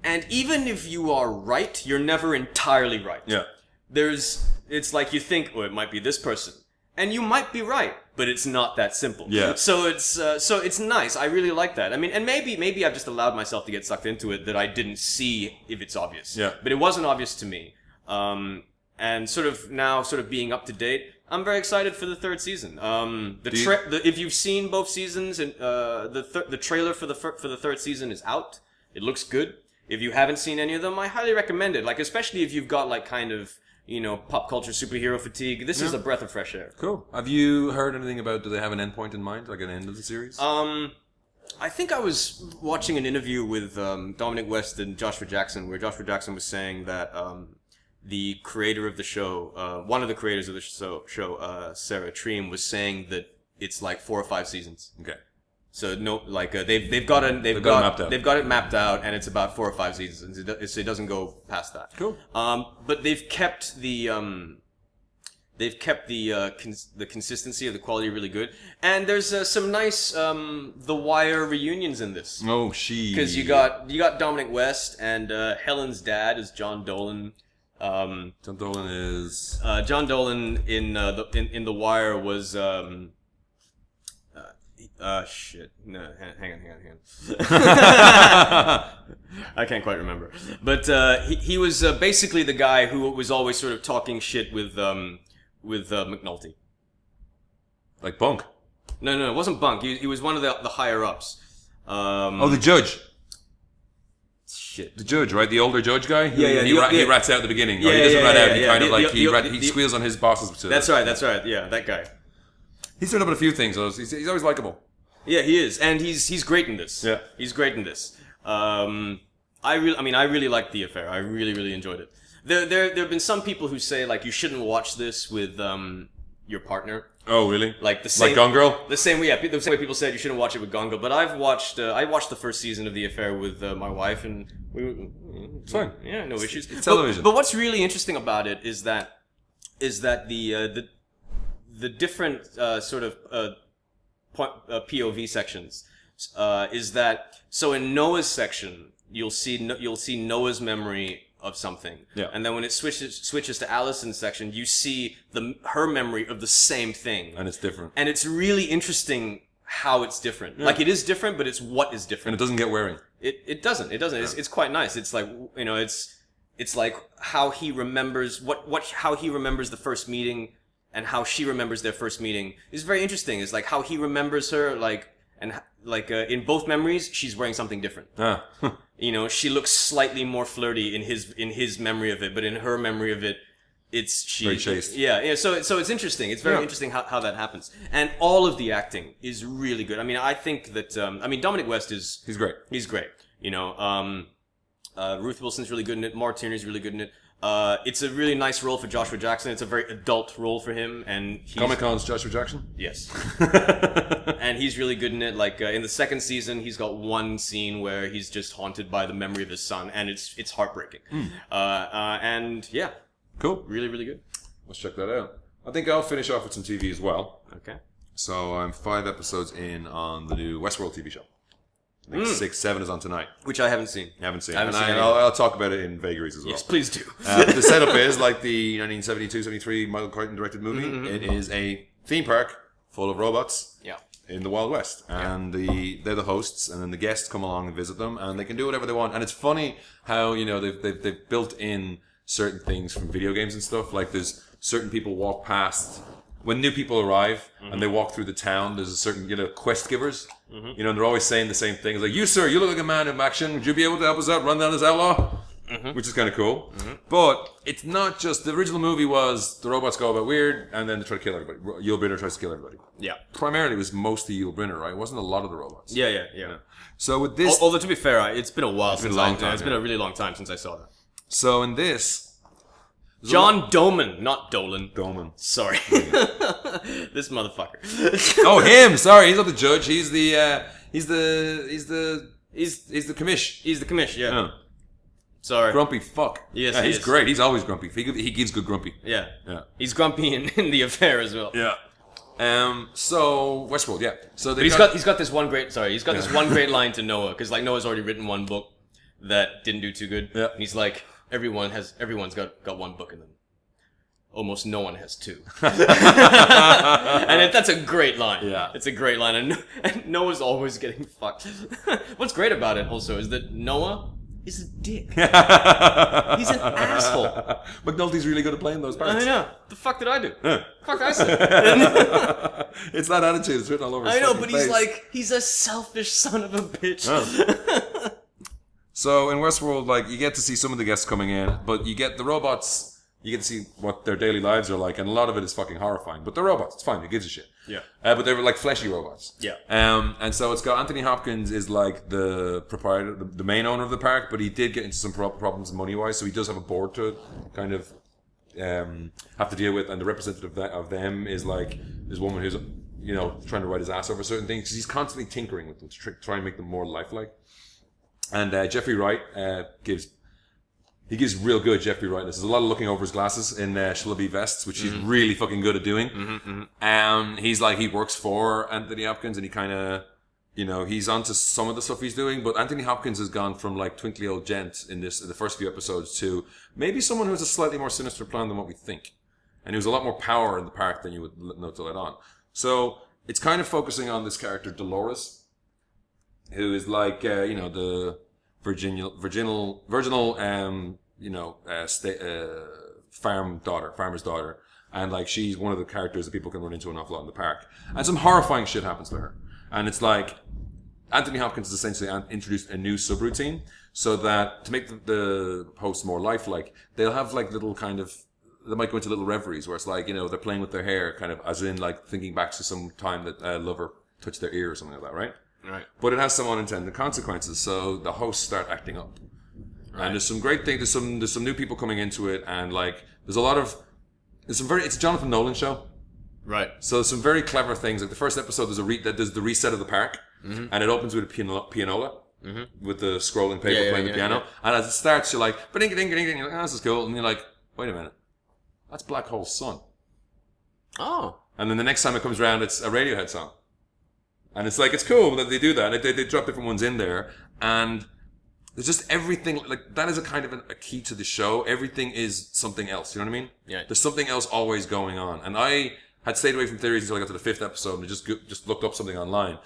C: and even if you are right, you're never entirely right.
B: Yeah.
C: There's, it's like you think, oh, it might be this person, and you might be right, but it's not that simple.
B: Yeah.
C: So it's, uh, so it's nice. I really like that. I mean, and maybe, maybe I've just allowed myself to get sucked into it that I didn't see if it's obvious.
B: Yeah.
C: But it wasn't obvious to me. Um, and sort of now, sort of being up to date, I'm very excited for the third season. Um, the,
B: you-
C: tra- the if you've seen both seasons, and uh, the th- the trailer for the fir- for the third season is out. It looks good. If you haven't seen any of them, I highly recommend it. Like especially if you've got like kind of you know pop culture superhero fatigue, this is a breath of fresh air.
B: Cool. Have you heard anything about? Do they have an endpoint in mind, like an end of the series?
C: Um, I think I was watching an interview with um, Dominic West and Joshua Jackson, where Joshua Jackson was saying that um, the creator of the show, uh, one of the creators of the show, show uh, Sarah Treem, was saying that it's like four or five seasons.
B: okay.
C: So no, like uh, they've they've got a, they've,
B: got it
C: got,
B: mapped out.
C: they've got it mapped out, and it's about four or five seasons. It, do- it doesn't go past that.
B: Cool.
C: Um, but they've kept the um, they've kept the uh, cons- the consistency of the quality really good, and there's uh, some nice um, The Wire reunions in this
B: Oh, she.
C: because you got you got Dominic West and uh, Helen's dad is John Dolan. Um,
B: John Dolan is.
C: uh, John Dolan in uh, the in, in the Wire was. Um, uh, uh, shit. No, hang, hang on, hang on, hang on. I can't quite remember, but uh, he he was uh, basically the guy who was always sort of talking shit with um with uh, McNulty.
B: like Bunk.
C: No, no, it wasn't Bunk. He, he was one of the the higher ups. Um,
B: Oh, the judge.
C: shit.
B: The judge, right? The older judge guy. Who-
C: Yeah, yeah,
B: He,
C: the-
B: ra- he
C: yeah.
B: rats out at the beginning. or he
C: Yeah,
B: doesn't
C: yeah,
B: rat out.
C: yeah,
B: he
C: yeah.
B: kind of
C: The-
B: like
C: the-
B: he,
C: the-
B: rat, he
C: the-
B: squeals on his bosses. To
C: That's right. That's right. Yeah, that guy.
B: He's done up with a few things. Though. He's, he's always likable.
C: Yeah, he is, and he's he's great in this.
B: Yeah.
C: he's great in this. Um, I really, I mean, I really liked the affair. I really, really enjoyed it. There, there, there have been some people who say like you shouldn't watch this with um your partner,
B: Oh, really?
C: like the same
B: like Gone Girl.
C: the same way. Yeah, the same way people said you shouldn't watch it with Gongo. But I've watched, uh, I watched the first season of the affair with uh, my wife, and we,
B: It's fine.
C: yeah, no issues.
B: it's
C: But-
B: television.
C: But, what's really interesting about it is that is that the uh, the the different uh, sort of uh, point, uh, POV sections uh, is that so in Noah's section you'll see no, you'll see Noah's memory of something,
B: Yeah.
C: and then when it switches switches to Allison's section, you see the her memory of the same thing,
B: And it's different.
C: and it's really interesting how it's different. Like it is different, but it's what is different.
B: And it doesn't get wearing.
C: It it doesn't. It doesn't. It's, it's quite nice. It's like you know, it's it's like how he remembers what what how he remembers the first meeting and how she remembers their first meeting is very interesting. It's like how he remembers her like and h- like uh, in both memories she's wearing something different.
B: Ah.
C: You know, she looks slightly more flirty in his in his memory of it, but in her memory of it it's she
B: Very chaste.
C: yeah yeah so it- so it's interesting it's very
B: Yeah.
C: interesting how, how that happens and all of the acting is really good i mean i think that um, i mean dominic west is
B: he's great.
C: He's great. You know, um, uh, Ruth Wilson's really good in it. Mark Tierney's really good in it. Uh, it's a really nice role for Joshua Jackson. It's a very adult role for him, and he's,
B: Comic Con's Joshua Jackson.
C: yes, and he's really good in it. Like uh, in the second season, he's got one scene where he's just haunted by the memory of his son, and it's it's heartbreaking. Uh, uh, and yeah,
B: Cool.
C: really really good.
B: Let's check that out. I think I'll finish off with some TV as well.
C: Okay.
B: So I'm five episodes in on the new Westworld TV show. I think six, seven is on tonight.
C: Which I haven't seen.
B: I haven't seen. it.
C: Hmm. haven't
B: and
C: seen
B: I,
C: any.
B: I'll, I'll talk about it in vagaries as well.
C: Yes, please do.
B: Uh, the setup is like the 1972-73 Michael Crichton directed movie.
C: Mm-hmm,
B: It is a theme park full of robots
C: yeah.
B: in the Wild West, and the they're the hosts, and then the guests come along and visit them, and they can do whatever they want. And it's funny how you know they've they've, they've built in certain things from video games and stuff. Like there's certain people walk past when new people arrive and they walk through the town. There's a certain you know quest givers, you know, and they're always saying the same things like, "You sir, you look like a man in action. Would you be able to help us out? Run down this outlaw." Which is kind of cool, but it's not just the original movie was the robots go a bit weird and then they try to kill everybody. Ro- Yul Brynner tries to kill everybody
C: Yeah.
B: primarily it was mostly Yul Brynner, right? It wasn't a lot of the robots.
C: Yeah. Oh, Yeah. Yeah.
B: So with this,
C: Al- Although to be fair, I- it's been a while
B: been
C: since
B: a long
C: I,
B: time,
C: It's been
B: yeah.
C: a really long time since I saw that.
B: so in this,
C: John Doman, not Dolan.
B: Doman.
C: Sorry. this motherfucker.
B: Oh, him. Sorry, he's not the judge. He's the uh, he's the he's the
C: he's
B: he's the commish.
C: he's the commish, yeah.
B: Oh.
C: Sorry.
B: Grumpy fuck.
C: Yes,
B: Yeah,
C: he
B: he's
C: is.
B: great. He's always grumpy. He, he gives good grumpy.
C: yeah.
B: Yeah.
C: He's grumpy in, in the affair as well.
B: Yeah. Um. So Westworld. Yeah. So
C: But
B: they
C: he's got he's got this one great sorry he's got this one great line to Noah because like Noah's already written one book that didn't do too good.
B: Yeah.
C: And he's like everyone has everyone's got got one book in them. Almost no one has two. and it, that's a great line.
B: Yeah.
C: it's a great line, and, and Noah's always getting fucked. What's great about it also is that Noah is a dick.
B: he's
C: an asshole.
B: McNulty's really good at playing those parts.
C: I know. The fuck did I do?
B: Yeah.
C: Fuck I said.
B: it's that attitude. It's written all over. His
C: I know,
B: fucking
C: but he's
B: face.
C: like he's a selfish son of a bitch.
B: So in Westworld, like you get to see some of the guests coming in, but you get the robots. You get to see what their daily lives are like, and a lot of it is fucking horrifying. But they're robots. It's fine. Who gives a shit?
C: Yeah.
B: Uh, but they were like fleshy robots.
C: Yeah.
B: Um, and so it's got Anthony Hopkins is like the proprietor, the, the main owner of the park, but he did get into some pro- problems money wise, so he does have a board to kind of um, have to deal with. And the representative of, that, of them is like this woman who's you know trying to write his ass over certain things. 'cause He's constantly tinkering with them to tr- try and make them more lifelike. And uh, Jeffrey Wright uh, gives he gives real good Jeffrey Wrightness. There's a lot of looking over his glasses in uh, shlubby vests, which he's really fucking good at doing. Um, he's like he works for Anthony Hopkins, and he kind of you know he's onto some of the stuff he's doing. But Anthony Hopkins has gone from like twinkly old gent in this in the first few episodes to maybe someone who has a slightly more sinister plan than what we think, and who's a lot more power in the park than you would l- know to let on. So it's kind of focusing on this character Dolores who is like uh, you know the virginal virginal virginal um you know uh, sta- uh, farm daughter farmer's daughter and like she's one of the characters that people can run into an awful lot in the park and some horrifying shit happens to her and it's like Anthony Hopkins has essentially an- introduced a new subroutine so that to make the, the hosts more lifelike, they'll have like little kind of they might go into little reveries where it's like you know they're playing with their hair, kind of as in like thinking back to some time that a lover touched their ear or something like that, right?
C: right.
B: but it has some unintended consequences. So the hosts start acting up, and there's some great things. There's some there's some new people coming into it, and like there's a lot of there's some very it's a Jonathan Nolan show.
C: Right.
B: So there's some very clever things. Like the first episode, there's a re- that there's the reset of the park, and it opens with a piano- pianola. With the scrolling paper
C: Yeah, yeah,
B: playing the
C: yeah,
B: piano, and as it starts, you're like, "Ba-ding, ding, ding, ding," you're like, "Oh, this is cool," and you're like, "Wait a minute, that's Black Hole Sun."
C: Oh.
B: And then the next time it comes around, it's a Radiohead song. And it's like, it's cool that they do that. And they, they drop different ones in there. And there's just everything, like, that is a kind of an, a key to the show. Everything is something else. You know what I mean?
C: Yeah.
B: There's something else always going on. And I had stayed away from theories until I got to the fifth episode and just, go- just looked up something online.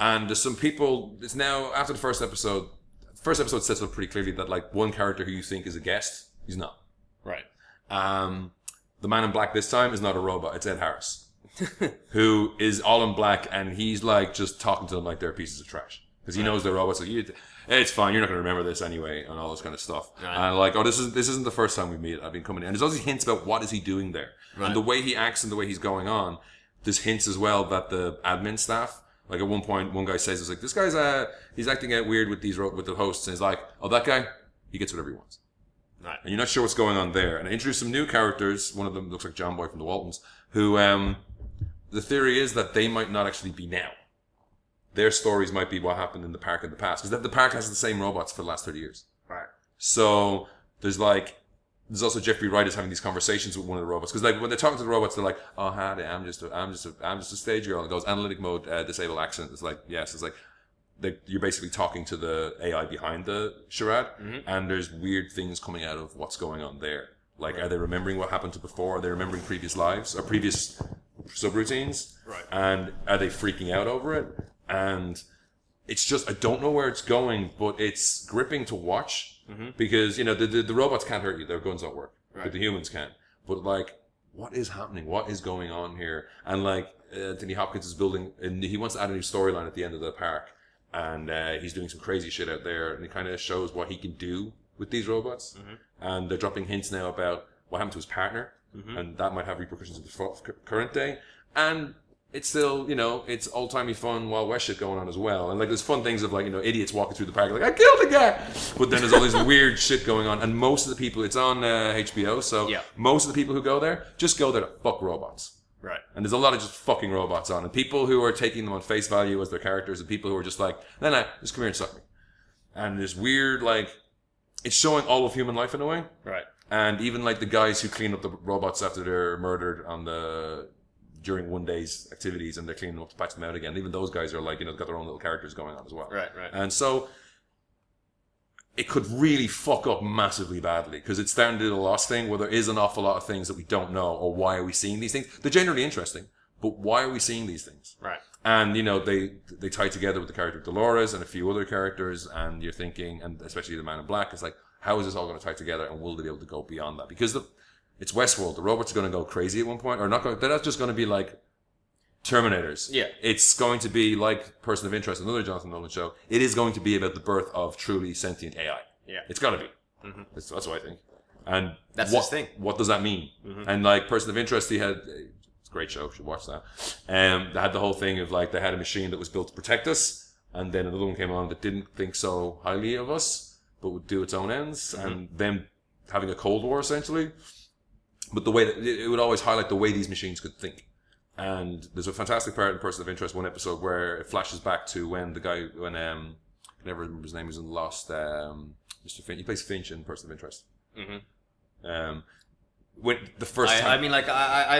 B: And there's some people, it's now, after the first episode, first episode sets up pretty clearly that, like, one character who you think is a guest, he's not.
C: Right.
B: Um, the man in black this time is not a robot. It's Ed Harris, who is all in black, and he's like just talking to them like they're pieces of trash because he knows they're robots. Like, you, it's fine. You're not going to remember this anyway, and all this kind of stuff. And I'm like, oh, this is this isn't the first time we meet. I've been coming in. And there's also hints about what is he doing there,
C: Right.
B: and the way he acts and the way he's going on. There's hints as well that the admin staff. Like at one point, one guy says, "It's like this guy's uh, he's acting out weird with these ro- with the hosts," and he's like, "Oh, that guy, he gets whatever he wants."
C: Right.
B: and you're not sure what's going on there. And I introduced some new characters. One of them looks like John Boy from the Waltons, who um, the theory is that they might not actually be now. Their stories might be what happened in the park in the past because the park has the same robots for the last thirty years.
C: Right.
B: So there's like there's also Jeffrey Wright is having these conversations with one of the robots because like when they're talking to the robots, they're like, "Oh, howdy, I'm just a, I'm just a, I'm just a stage girl." It goes analytic mode, uh, disable accent. It's like yes, it's like they, you're basically talking to the AI behind the charade, and there's weird things coming out of what's going on there. Like, are they remembering what happened to before? Are they remembering previous lives or previous subroutines?
C: Right.
B: And are they freaking out over it? And it's just I don't know where it's going, but it's gripping to watch because you know the, the the robots can't hurt you; their guns don't work, but the humans can. But like, what is happening? What is going on here? And like, Anthony Hopkins is building, and he wants to add a new storyline at the end of the park, and uh, he's doing some crazy shit out there, and it kind of shows what he can do with these robots. And they're dropping hints now about what happened to his partner, and that might have repercussions in the fu- cu- current day. And it's still, you know, it's old timey fun Wild West shit going on as well. And like there's fun things of like, you know, idiots walking through the park like, I killed a guy. But then there's all this weird shit going on. And most of the people, it's on uh, HBO. So
C: Yeah.
B: most of the people who go there just go there to fuck robots.
C: Right.
B: And there's a lot of just fucking robots on. And people who are taking them on face value as their characters and people who are just like, no, no, just come here and suck me. And this weird, like, it's showing all of human life in a way.
A: Right.
B: And even like the guys who clean up the robots after they're murdered on the during one day's activities and they're cleaning up to patch them out again. Even those guys are like, you know, they've got their own little characters going on as well.
C: Right, right.
B: And so it could really fuck up massively badly because it's down to the last thing where there is an awful lot of things that we don't know or why are we seeing these things? They're generally interesting, but why are we seeing these things?
A: Right.
B: And you know they they tie together with the character of Dolores and a few other characters, and you're thinking, and especially the Man in Black, it's like, how is this all going to tie together, and will they be able to go beyond that? Because the it's Westworld. The robots are going to go crazy at one point, or not going. They're not just going to be like Terminators.
C: Yeah.
B: It's going to be like Person of Interest, another Jonathan Nolan show. It is going to be about the birth of truly sentient AI.
A: Yeah.
B: It's got to be. That's, that's what I think. And
C: That's
B: what,
C: his thing. Mm-hmm.
B: What does that mean? And like Person of Interest, he had it's a great show. Should watch that. Um, they had the whole thing of like they had a machine that was built to protect us, and then another one came along that didn't think so highly of us, but would do its own ends,
C: Mm-hmm.
B: and them having a cold war essentially. But the way that it it would always highlight the way these machines could think. And there's a fantastic part in Person of Interest, one episode where it flashes back to when the guy, when um, I never remember his name, he's in Lost, um, Mr. Finch. He plays Finch in Person of Interest.
C: Mhm.
B: Um, when the first
C: I, I
B: time,
C: mean, like I,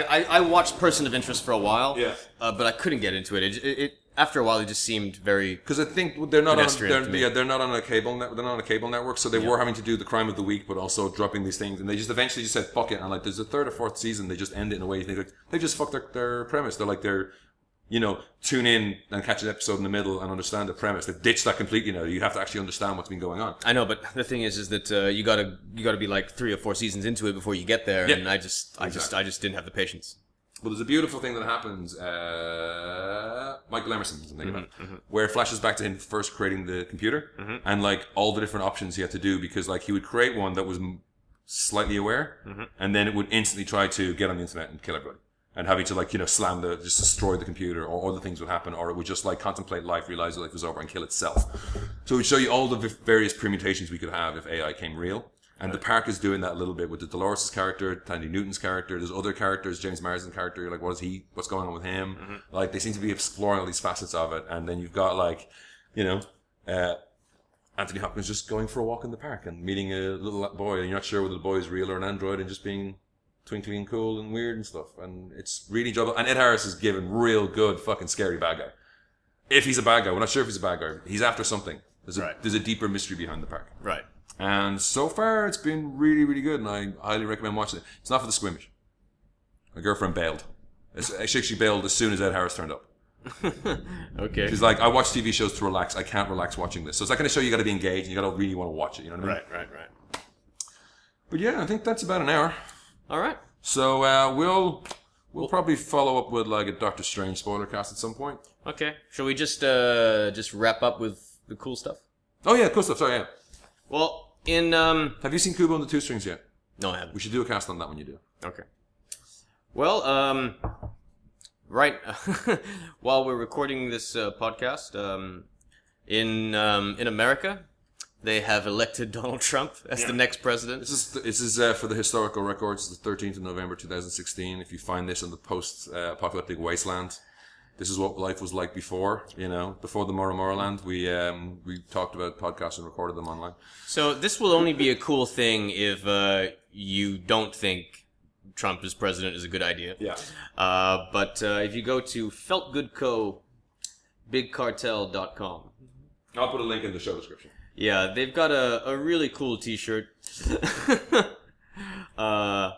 C: I- I, I watched Person of Interest for a while.
B: Yeah.
C: Uh, but I couldn't get into it. It, it, it. After a while, it just seemed very.
B: because I think they're not on,
C: Pedestrian
B: they're,
C: to me.
B: yeah, they're not on a cable net, they're not on a cable network, so they were having to do the crime of the week, but also dropping these things, and they just eventually just said fuck it. And like, there's a third or fourth season, they just end it in a way you think like they just fucked their, their premise. They're like they're you know, tune in and catch an episode in the middle and understand the premise. They've ditched that completely now. You have to actually understand what's been going on.
C: I know, but the thing is, is that uh, you gotta you gotta be like three or four seasons into it before you get there,
B: Yeah.
C: and I just I just I just didn't have the patience.
B: Well, there's a beautiful thing that happens. Uh, Michael Emerson, something about
C: Mm-hmm,
B: it, where it flashes back to him first creating the computer and like all the different options he had to do because like he would create one that was m- slightly aware and then it would instantly try to get on the internet and kill everybody and having to like you know slam the just destroy the computer or other things would happen or it would just like contemplate life, realize that life was over and kill itself. So it would show you all the v- various permutations we could have if AI came real. And the park is doing that a little bit with the Dolores' character, Tandy Newton's character. There's other characters, James Marsden's character. You're like, what is he? What's going on with him? Like, they seem to be exploring all these facets of it. And then you've got like, you know, uh, Anthony Hopkins just going for a walk in the park and meeting a little boy, and you're not sure whether the boy is real or an android, and just being twinkly and cool and weird and stuff. And it's really enjoyable. And Ed Harris is given real good, fucking scary bad guy. If he's a bad guy, we're not sure if he's a bad guy. He's after something. There's a,
C: Right.
B: there's a deeper mystery behind the park.
C: Right.
B: And so far, it's been really, really good, and I highly recommend watching it. It's not for the squeamish. My girlfriend bailed. It's- Actually, she bailed as soon as Ed Harris turned up.
A: Okay.
B: She's like, I watch TV shows to relax. I can't relax watching this. So it's not going to show you got to be engaged and you got to really want to watch it. You know what I mean?
A: Right, right, right.
B: But yeah, I think that's about an hour.
C: All right.
B: So uh, we'll we'll probably follow up with like a Doctor Strange spoiler cast at some point.
C: Okay. Shall we just uh just wrap up with the cool stuff?
B: Oh yeah, cool stuff. Sorry, yeah.
C: Well, in um.
B: Have you seen Kubo and the Two Strings yet?
C: No, I haven't.
B: We should do a cast on that when you do.
C: Okay. Well, um, right. while we're recording this uh, podcast, um, in um, in America, they have elected Donald Trump as the next president.
B: This is this is uh, for the historical records. It's the 13th of November 2016. If you find this in the post-apocalyptic wasteland, this is what life was like before. You know, before the Moromoroland, we um, we talked about podcasts and recorded them online.
C: So this will only be a cool thing if uh, you don't think Trump as president is a good idea.
B: Yeah.
C: Uh, but uh, if you go to feltgoodco, bigcartel.com,
B: I'll put a link in the show description.
C: Yeah, they've got a, a really cool T-shirt. uh,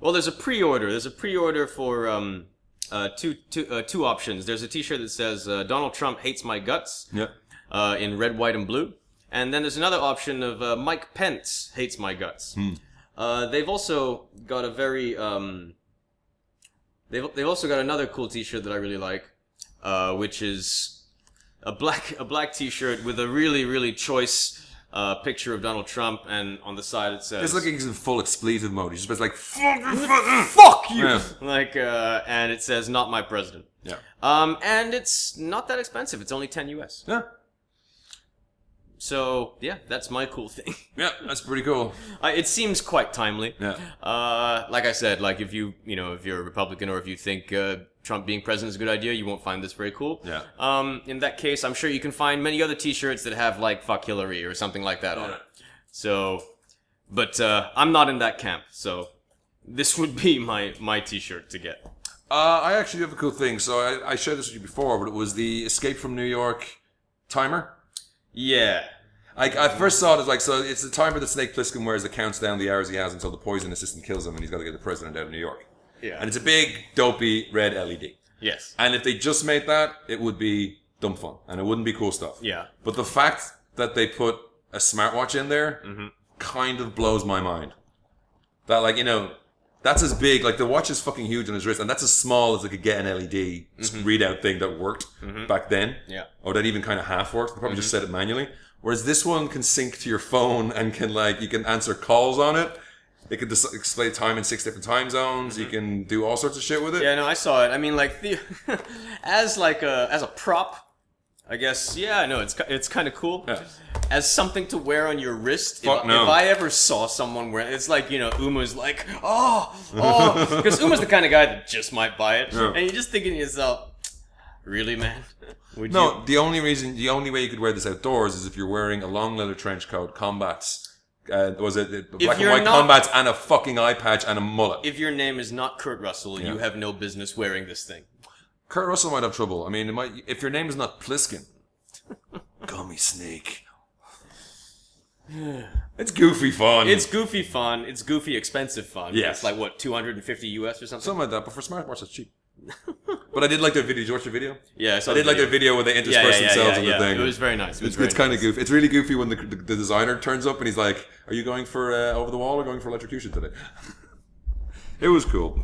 C: well, there's a pre-order. There's a pre-order for um, uh, two, two, uh, two options. There's a T-shirt that says uh, "Donald Trump hates my guts"
B: Yeah.
C: uh, in red, white, and blue, and then there's another option of uh, "Mike Pence hates my guts." Uh, they've also got a very um, they've they've also got another cool T-shirt that I really like, uh, which is a black a black T-shirt with a really really choice uh, picture of Donald Trump, and on the side it says
B: It's like he's in full expletive mode. He's just like, fuck you,
C: "Fuck you,"
B: Yeah.
C: like, uh, and it says "Not my president."
B: Yeah.
C: Um, and it's not that expensive. It's only ten US.
B: Yeah.
C: So yeah, that's my cool thing.
B: Yeah, that's pretty cool.
C: Uh, it seems quite timely.
B: Yeah.
C: Uh, like I said, like if you you know if you're a Republican or if you think uh, Trump being president is a good idea, you won't find this very cool.
B: Yeah.
C: Um, in that case, I'm sure you can find many other T-shirts that have like "fuck Hillary" or something like that on it. So, but uh, I'm not in that camp. So, this would be my my T-shirt to get.
B: Uh, I actually have a cool thing. So I, I shared this with you before, but it was the Escape from New York timer.
C: Yeah.
B: I, I first saw it as like, so it's the timer that Snake Plissken wears that counts down the hours he has until the poison assistant kills him and he's got to get the president out of New York.
C: Yeah.
B: And it's a big, dopey red LED.
C: yes.
B: And if they just made that, it would be dumb fun and it wouldn't be cool stuff.
C: Yeah.
B: But the fact that they put a smartwatch in there
C: Mm-hmm.
B: kind of blows my mind. That, like, you know, that's as big, like, the watch is fucking huge on his wrist, and that's as small as they could get an LED s- readout thing that worked back then.
C: Mm-hmm. Yeah. Mm-hmm.
B: Or that even kind of half worked. They probably just set it manually. Whereas this one can sync to your phone and can, like, you can answer calls on it. It can dis- display time in six different time zones. You can do all sorts of shit with it.
C: Mm-hmm. Yeah, no, I saw it. I mean, like the as like a as a prop, I guess. Yeah, I know it's ki- it's kind of cool.
B: Yeah.
C: As something to wear on your wrist.
B: Fuck
C: if,
B: no.
C: if I ever saw someone wear, it's like you know, Uma's like, oh, oh, because Uma's the kind of guy that just might buy it,
B: Yeah.
C: and you're just thinking to yourself, really, man? Would
B: No, the only reason, the only way you could wear this outdoors is if you're wearing a long leather trench coat, combats, uh, was it uh, black and
C: you're
B: white
C: not-
B: combats, and a fucking eye patch and a mullet.
C: If your name is not Kurt Russell, you
B: Yeah. Hmm.
C: have no business wearing this thing.
B: Kurt Russell might have trouble. I mean, it might, if your name is not Pliskin, Gummy Snake. It's goofy fun.
C: It's goofy fun. It's goofy expensive fun.
B: Yes.
C: It's like what 250 US or something.
B: something like that, but for smartwatch, it's cheap. but I did like their video. Did you watch the video?
C: yeah, saw
B: I
C: the
B: did like their video
C: video.
B: where they intersperse themselves in the thing.
C: It was very nice. It was
B: It's,
C: very
B: it's kind of goofy. It's really goofy when the, the, the designer turns up and he's like, "Are you going for uh, over the wall or going for electrocution today?" it was cool,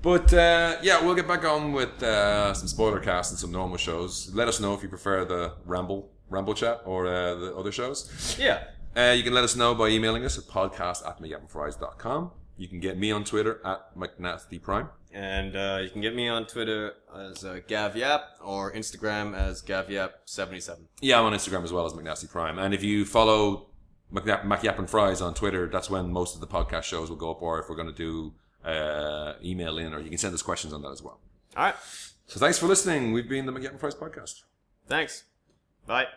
B: but uh, yeah, we'll get back on with uh, some spoiler casts and some normal shows. Let us know if you prefer the ramble ramble chat or uh, the other shows.
C: nice. Yeah.
B: Uh, you can let us know by emailing us at podcast at com. You can get me on Twitter at McNastyPrime.
C: And uh, you can get me on Twitter as uh, Gav Yap or Instagram as GavYap77.
B: Yeah, I'm on Instagram as well as McNasty Prime. And if you follow McNa- MacYap and Fries on Twitter, that's when most of the podcast shows will go up, or if we're going to do uh, email in, or you can send us questions on that as well.
C: All right.
B: So thanks for listening. We've been the MacYap and Fries podcast.
C: Thanks. Bye.